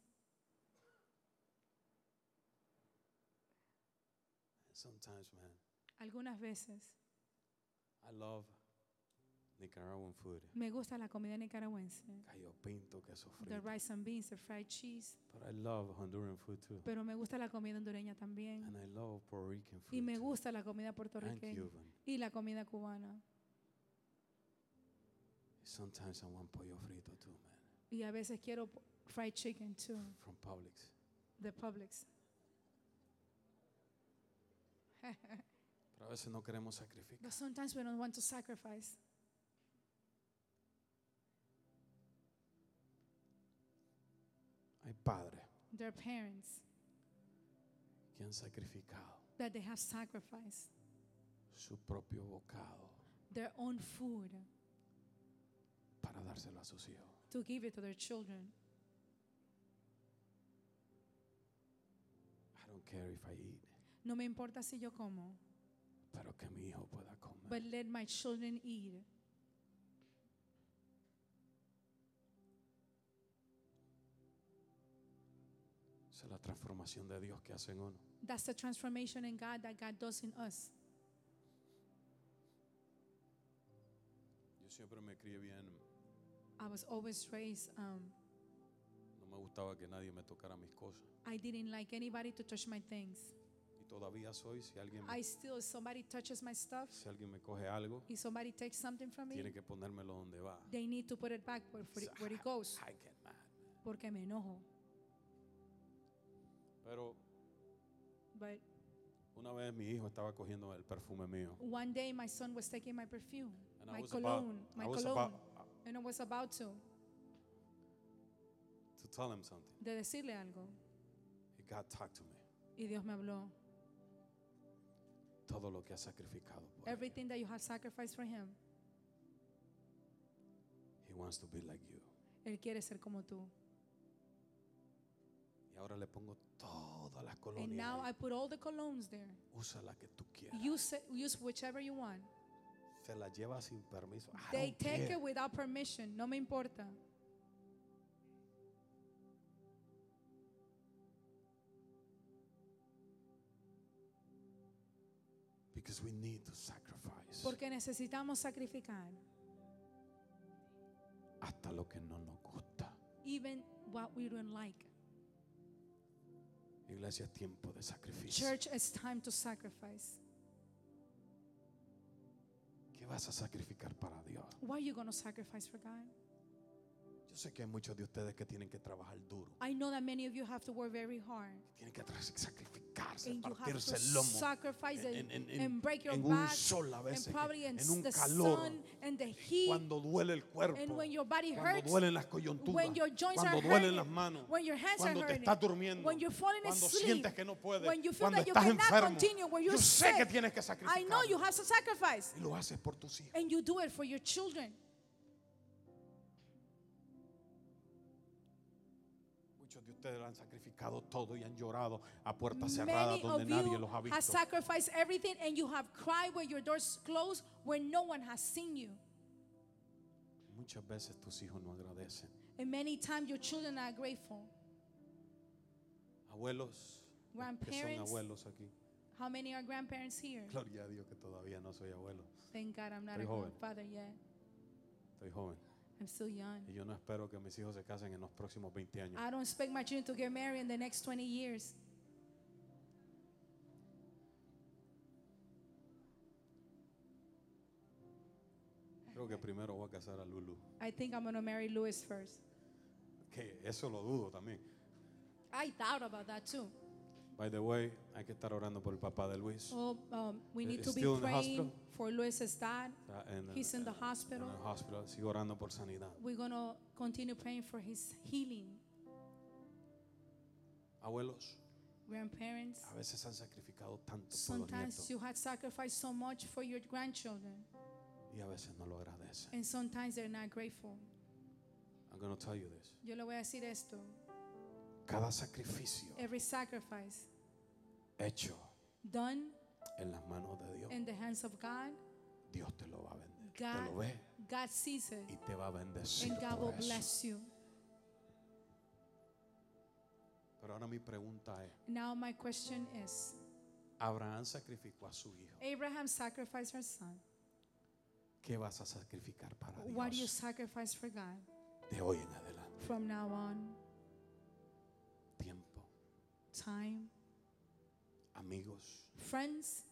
Speaker 2: Sometimes, man,
Speaker 1: Algunas veces
Speaker 2: I love Nicaraguan food.
Speaker 1: me gusta la comida nicaragüense.
Speaker 2: Gallo pinto, queso
Speaker 1: The
Speaker 2: frito.
Speaker 1: rice and beans, the fried cheese.
Speaker 2: But I love Honduran food too.
Speaker 1: Pero me gusta la comida hondureña también.
Speaker 2: And I love Puerto Rican food.
Speaker 1: Y me
Speaker 2: too.
Speaker 1: gusta la comida puertorriqueña.
Speaker 2: Cuban.
Speaker 1: Y la comida cubana.
Speaker 2: Sometimes I want pollo frito too, man.
Speaker 1: Y a veces quiero po- fried chicken to
Speaker 2: from Publix.
Speaker 1: the Publix.
Speaker 2: Pero a veces no queremos sacrificar.
Speaker 1: But sometimes we don't want to sacrifice.
Speaker 2: Hay padres
Speaker 1: Their parents
Speaker 2: que han sacrificado
Speaker 1: that they have sacrificed
Speaker 2: su propio bocado
Speaker 1: their own food
Speaker 2: para dárselo a sus hijos.
Speaker 1: to give it to their children.
Speaker 2: I don't care if I eat,
Speaker 1: No me importa si yo como,
Speaker 2: pero que mi hijo pueda comer.
Speaker 1: but let my children eat.
Speaker 2: Esa es la transformación de Dios que hace en uno.
Speaker 1: That's the transformation in God that God does in us.
Speaker 2: Yo siempre me crié bien.
Speaker 1: I was always raised, um,
Speaker 2: No me gustaba que nadie me tocara mis cosas.
Speaker 1: I didn't like anybody to touch my things.
Speaker 2: Y todavía soy, si alguien, me-
Speaker 1: I still, if somebody touches my stuff,
Speaker 2: si alguien me coge algo,
Speaker 1: if somebody takes something from
Speaker 2: tiene
Speaker 1: me,
Speaker 2: que ponérmelo donde va.
Speaker 1: they need to put it back where, for it- where it goes.
Speaker 2: I get mad.
Speaker 1: Porque me enojo.
Speaker 2: Pero
Speaker 1: But
Speaker 2: una vez mi hijo estaba cogiendo el perfume mío.
Speaker 1: one day my son was taking my perfume,
Speaker 2: And I
Speaker 1: my
Speaker 2: was
Speaker 1: cologne,
Speaker 2: about-
Speaker 1: my
Speaker 2: I was
Speaker 1: cologne,
Speaker 2: about-
Speaker 1: and I was about to
Speaker 2: To tell him something.
Speaker 1: de decirle algo.
Speaker 2: Y God talked to me.
Speaker 1: Y Dios me habló.
Speaker 2: Todo lo que ha sacrificado por él.
Speaker 1: Everything that you have sacrificed for him,
Speaker 2: He wants to be like you.
Speaker 1: él quiere ser como tú.
Speaker 2: Y ahora le pongo todas las
Speaker 1: And now I
Speaker 2: colonias.
Speaker 1: put all the colognes there.
Speaker 2: Usa la que tú quieras.
Speaker 1: Use, it- use whichever you want.
Speaker 2: Se la lleva sin permiso. I
Speaker 1: They
Speaker 2: don't
Speaker 1: take
Speaker 2: care.
Speaker 1: it without permission. No me importa.
Speaker 2: Because we need to sacrifice.
Speaker 1: Porque necesitamos sacrificar.
Speaker 2: Hasta lo que no nos gusta.
Speaker 1: Even what we don't like.
Speaker 2: Iglesia, es tiempo de sacrificio.
Speaker 1: Church, it's time to sacrifice.
Speaker 2: ¿Qué vas a sacrificar para Dios?
Speaker 1: What are you going to sacrifice for God?
Speaker 2: Yo sé que hay muchos de ustedes que tienen que trabajar duro.
Speaker 1: I know that many of you have to work very hard.
Speaker 2: Tienen que tra- sacrificarse,
Speaker 1: And you have to
Speaker 2: partirse el lomo.
Speaker 1: sacrifice
Speaker 2: en-
Speaker 1: and,
Speaker 2: en- en-
Speaker 1: and break your
Speaker 2: en un
Speaker 1: back
Speaker 2: sol a veces,
Speaker 1: and probably in
Speaker 2: en un
Speaker 1: the
Speaker 2: calor,
Speaker 1: sun and the heat
Speaker 2: Cuando duele el cuerpo.
Speaker 1: and when your body
Speaker 2: cuando
Speaker 1: hurts,
Speaker 2: duelen las coyunturas.
Speaker 1: when your joints
Speaker 2: cuando
Speaker 1: are
Speaker 2: duelen
Speaker 1: hurting,
Speaker 2: las manos.
Speaker 1: when your hands
Speaker 2: cuando
Speaker 1: are
Speaker 2: te
Speaker 1: hurting,
Speaker 2: estás durmiendo.
Speaker 1: when you're falling
Speaker 2: cuando
Speaker 1: asleep,
Speaker 2: sientes que no puedes.
Speaker 1: when you feel
Speaker 2: cuando
Speaker 1: that you
Speaker 2: estás
Speaker 1: cannot
Speaker 2: enfermo.
Speaker 1: continue, when you're
Speaker 2: yo sé que
Speaker 1: sick,
Speaker 2: tienes que
Speaker 1: I
Speaker 2: sacrificar.
Speaker 1: know you have to sacrifice
Speaker 2: Y lo haces por tus hijos.
Speaker 1: and you do it for your children.
Speaker 2: Muchos de ustedes lo han sacrificado todo y han llorado a puertas cerradas
Speaker 1: Many
Speaker 2: donde
Speaker 1: of
Speaker 2: nadie los
Speaker 1: you
Speaker 2: ha
Speaker 1: have
Speaker 2: visto.
Speaker 1: sacrificed everything and you have cried with your doors closed when no one has seen you.
Speaker 2: Muchas veces tus hijos no agradecen.
Speaker 1: And many times your children are grateful.
Speaker 2: Abuelos, los que son
Speaker 1: Grandparents.
Speaker 2: abuelos aquí.
Speaker 1: How many are grandparents here?
Speaker 2: Gloria a Dios que todavía no soy abuelo.
Speaker 1: Thank God I'm not
Speaker 2: Estoy
Speaker 1: a
Speaker 2: joven.
Speaker 1: grandfather yet.
Speaker 2: Estoy joven.
Speaker 1: I'm still young.
Speaker 2: Y yo no espero que mis hijos se casen en los próximos 20 años.
Speaker 1: I don't expect my children to get married in the next 20 years.
Speaker 2: Creo que primero voy a casar a Lulu.
Speaker 1: I think I'm going to marry Louis first.
Speaker 2: Que eso lo dudo también.
Speaker 1: I doubt about that too.
Speaker 2: By the way, hay que estar orando por el papá de Luis.
Speaker 1: Oh, um, we
Speaker 2: Is-
Speaker 1: need
Speaker 2: is
Speaker 1: to be
Speaker 2: still in the
Speaker 1: praying
Speaker 2: hospital?
Speaker 1: for Luis's dad.
Speaker 2: Está en-
Speaker 1: He's in the
Speaker 2: en-
Speaker 1: hospital.
Speaker 2: En el hospital. Sigo orando por sanidad.
Speaker 1: We're going to continue praying for his healing.
Speaker 2: Abuelos,
Speaker 1: Grandparents,
Speaker 2: a veces han sacrificado tanto por los
Speaker 1: sometimes
Speaker 2: nietos
Speaker 1: you had sacrificed so much for your grandchildren,
Speaker 2: y a veces no lo agradecen.
Speaker 1: and sometimes they're not grateful.
Speaker 2: I'm gonna tell you this.
Speaker 1: Yo le voy a decir esto:
Speaker 2: Cada sacrificio
Speaker 1: every sacrifice
Speaker 2: hecho
Speaker 1: done
Speaker 2: en las manos de Dios,
Speaker 1: in the hands of God,
Speaker 2: Dios te lo va a vender. Te lo
Speaker 1: God,
Speaker 2: ve
Speaker 1: God sees it,
Speaker 2: y te va a bendecir.
Speaker 1: and God
Speaker 2: por
Speaker 1: will
Speaker 2: eso.
Speaker 1: bless you.
Speaker 2: Pero ahora mi pregunta es,
Speaker 1: Now, my question is
Speaker 2: Abraham sacrificó a su hijo.
Speaker 1: Abraham sacrificed her son.
Speaker 2: ¿Qué vas a sacrificar para
Speaker 1: What do you
Speaker 2: Dios
Speaker 1: sacrifice for God
Speaker 2: de hoy en adelante?
Speaker 1: from now on?
Speaker 2: Tiempo,
Speaker 1: Time,
Speaker 2: amigos,
Speaker 1: friends,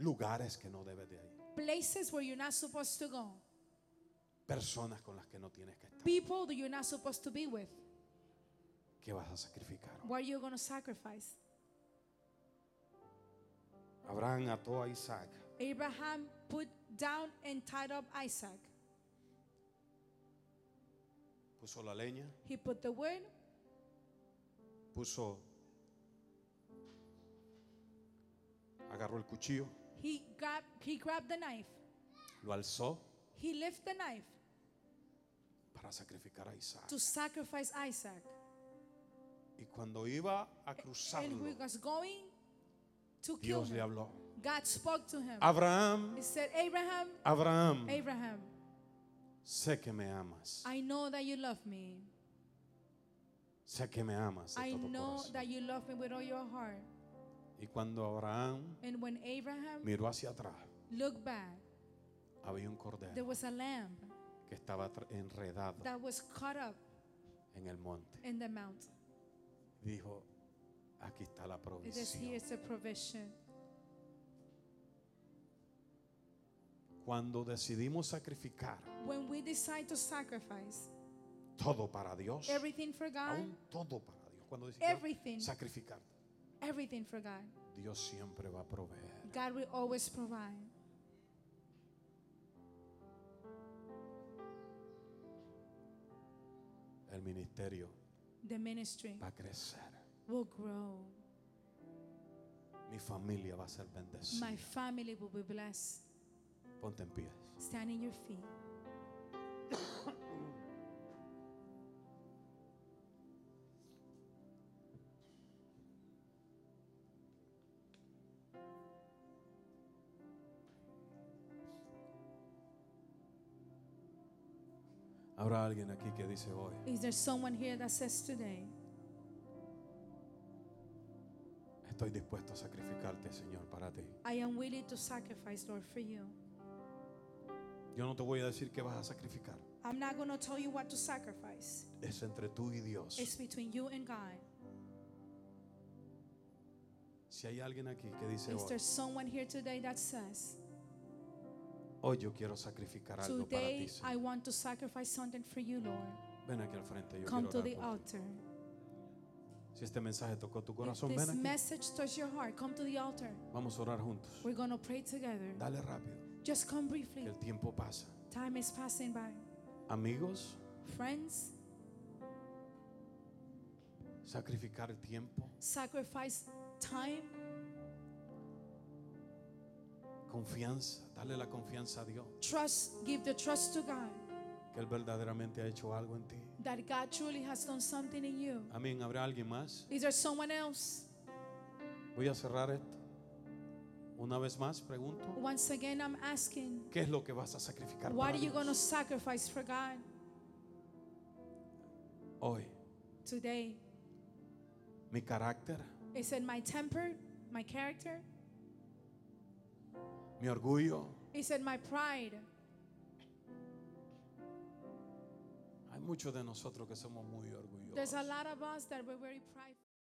Speaker 2: lugares que no debes de ir.
Speaker 1: places where you're not supposed to go.
Speaker 2: personas con las que no tienes que estar.
Speaker 1: people that you're not supposed to be with.
Speaker 2: ¿Qué vas a sacrificar?
Speaker 1: What are you going to sacrifice?
Speaker 2: Abraham ató a Isaac
Speaker 1: Abraham put down and tied up Isaac.
Speaker 2: puso la leña,
Speaker 1: He put the wood,
Speaker 2: puso, agarró el cuchillo,
Speaker 1: he grabbed, he grabbed the knife,
Speaker 2: lo alzó
Speaker 1: he lifted the knife
Speaker 2: para sacrificar a Isaac.
Speaker 1: to sacrifice Isaac.
Speaker 2: Y cuando iba a cruzarlo,
Speaker 1: And he was going to kill
Speaker 2: Dios le
Speaker 1: him.
Speaker 2: habló.
Speaker 1: God spoke to him.
Speaker 2: Abraham,
Speaker 1: He said, Abraham,
Speaker 2: Abraham,
Speaker 1: Abraham,
Speaker 2: sé que me amas.
Speaker 1: I know that you love me.
Speaker 2: Sé que me amas de
Speaker 1: I
Speaker 2: todo
Speaker 1: know
Speaker 2: corazón.
Speaker 1: that you love me with all your heart.
Speaker 2: Y cuando Abraham
Speaker 1: And when Abraham
Speaker 2: miró hacia atrás,
Speaker 1: looked back,
Speaker 2: había un
Speaker 1: there
Speaker 2: cordero
Speaker 1: was a lamb
Speaker 2: que estaba tra- enredado
Speaker 1: that was caught up
Speaker 2: en el monte.
Speaker 1: in the mountain.
Speaker 2: Dijo, aquí está la
Speaker 1: It is here
Speaker 2: provisión.
Speaker 1: is a provision.
Speaker 2: Cuando decidimos sacrificar
Speaker 1: When we decide to sacrifice
Speaker 2: todo para Dios,
Speaker 1: everything for God,
Speaker 2: aún todo para Dios, cuando decidimos
Speaker 1: Everything.
Speaker 2: sacrificar,
Speaker 1: everything for God,
Speaker 2: Dios siempre va a proveer.
Speaker 1: God will always provide.
Speaker 2: El ministerio
Speaker 1: The ministry
Speaker 2: va a crecer.
Speaker 1: will grow.
Speaker 2: Mi familia va a ser bendecida.
Speaker 1: My family will be blessed.
Speaker 2: Ponte en pie.
Speaker 1: Stand in your feet.
Speaker 2: Habrá alguien aquí que dice hoy,
Speaker 1: Is there someone here that says today,
Speaker 2: estoy dispuesto a sacrificarte, Señor, para ti.
Speaker 1: I am willing to sacrifice, Lord, for you?
Speaker 2: Yo no te voy a decir que vas a sacrificar.
Speaker 1: I'm not going to tell you what to sacrifice.
Speaker 2: Es entre tú y Dios.
Speaker 1: It's between you and God.
Speaker 2: Si hay alguien aquí que dice
Speaker 1: Is
Speaker 2: hoy,
Speaker 1: there someone here today that says,
Speaker 2: hoy yo quiero sacrificar algo para
Speaker 1: Today
Speaker 2: ti. Señor.
Speaker 1: I want to sacrifice something for you, Lord?
Speaker 2: Ven aquí al frente, yo
Speaker 1: Come
Speaker 2: quiero
Speaker 1: to
Speaker 2: orar
Speaker 1: the
Speaker 2: contigo.
Speaker 1: altar.
Speaker 2: Si este mensaje tocó tu
Speaker 1: If
Speaker 2: corazón,
Speaker 1: this
Speaker 2: ven aquí.
Speaker 1: message touches your heart, come to the altar.
Speaker 2: Vamos a orar juntos.
Speaker 1: We're going to pray together.
Speaker 2: Dale rápido,
Speaker 1: Just come
Speaker 2: que
Speaker 1: briefly.
Speaker 2: el tiempo pasa.
Speaker 1: Time is passing by.
Speaker 2: Amigos,
Speaker 1: Friends,
Speaker 2: sacrificar el tiempo,
Speaker 1: sacrifice time,
Speaker 2: confianza, dale la confianza a Dios,
Speaker 1: trust, give the trust to God
Speaker 2: que Él verdaderamente ha hecho algo en ti.
Speaker 1: that God truly has done something in you.
Speaker 2: Amén, ¿habrá alguien más?
Speaker 1: Is there someone else?
Speaker 2: Voy a cerrar esto. Una vez más, pregunto,
Speaker 1: Once again, I'm asking,
Speaker 2: ¿qué es lo que vas a sacrificar
Speaker 1: what
Speaker 2: para
Speaker 1: are you
Speaker 2: Dios
Speaker 1: going to sacrifice for God
Speaker 2: hoy?
Speaker 1: today?
Speaker 2: Mi carácter,
Speaker 1: Is it my temper, my character?
Speaker 2: mi orgullo.
Speaker 1: Is it my pride?
Speaker 2: Hay muchos de nosotros que somos muy orgullosos.
Speaker 1: There's a lot of us that we're very prideful.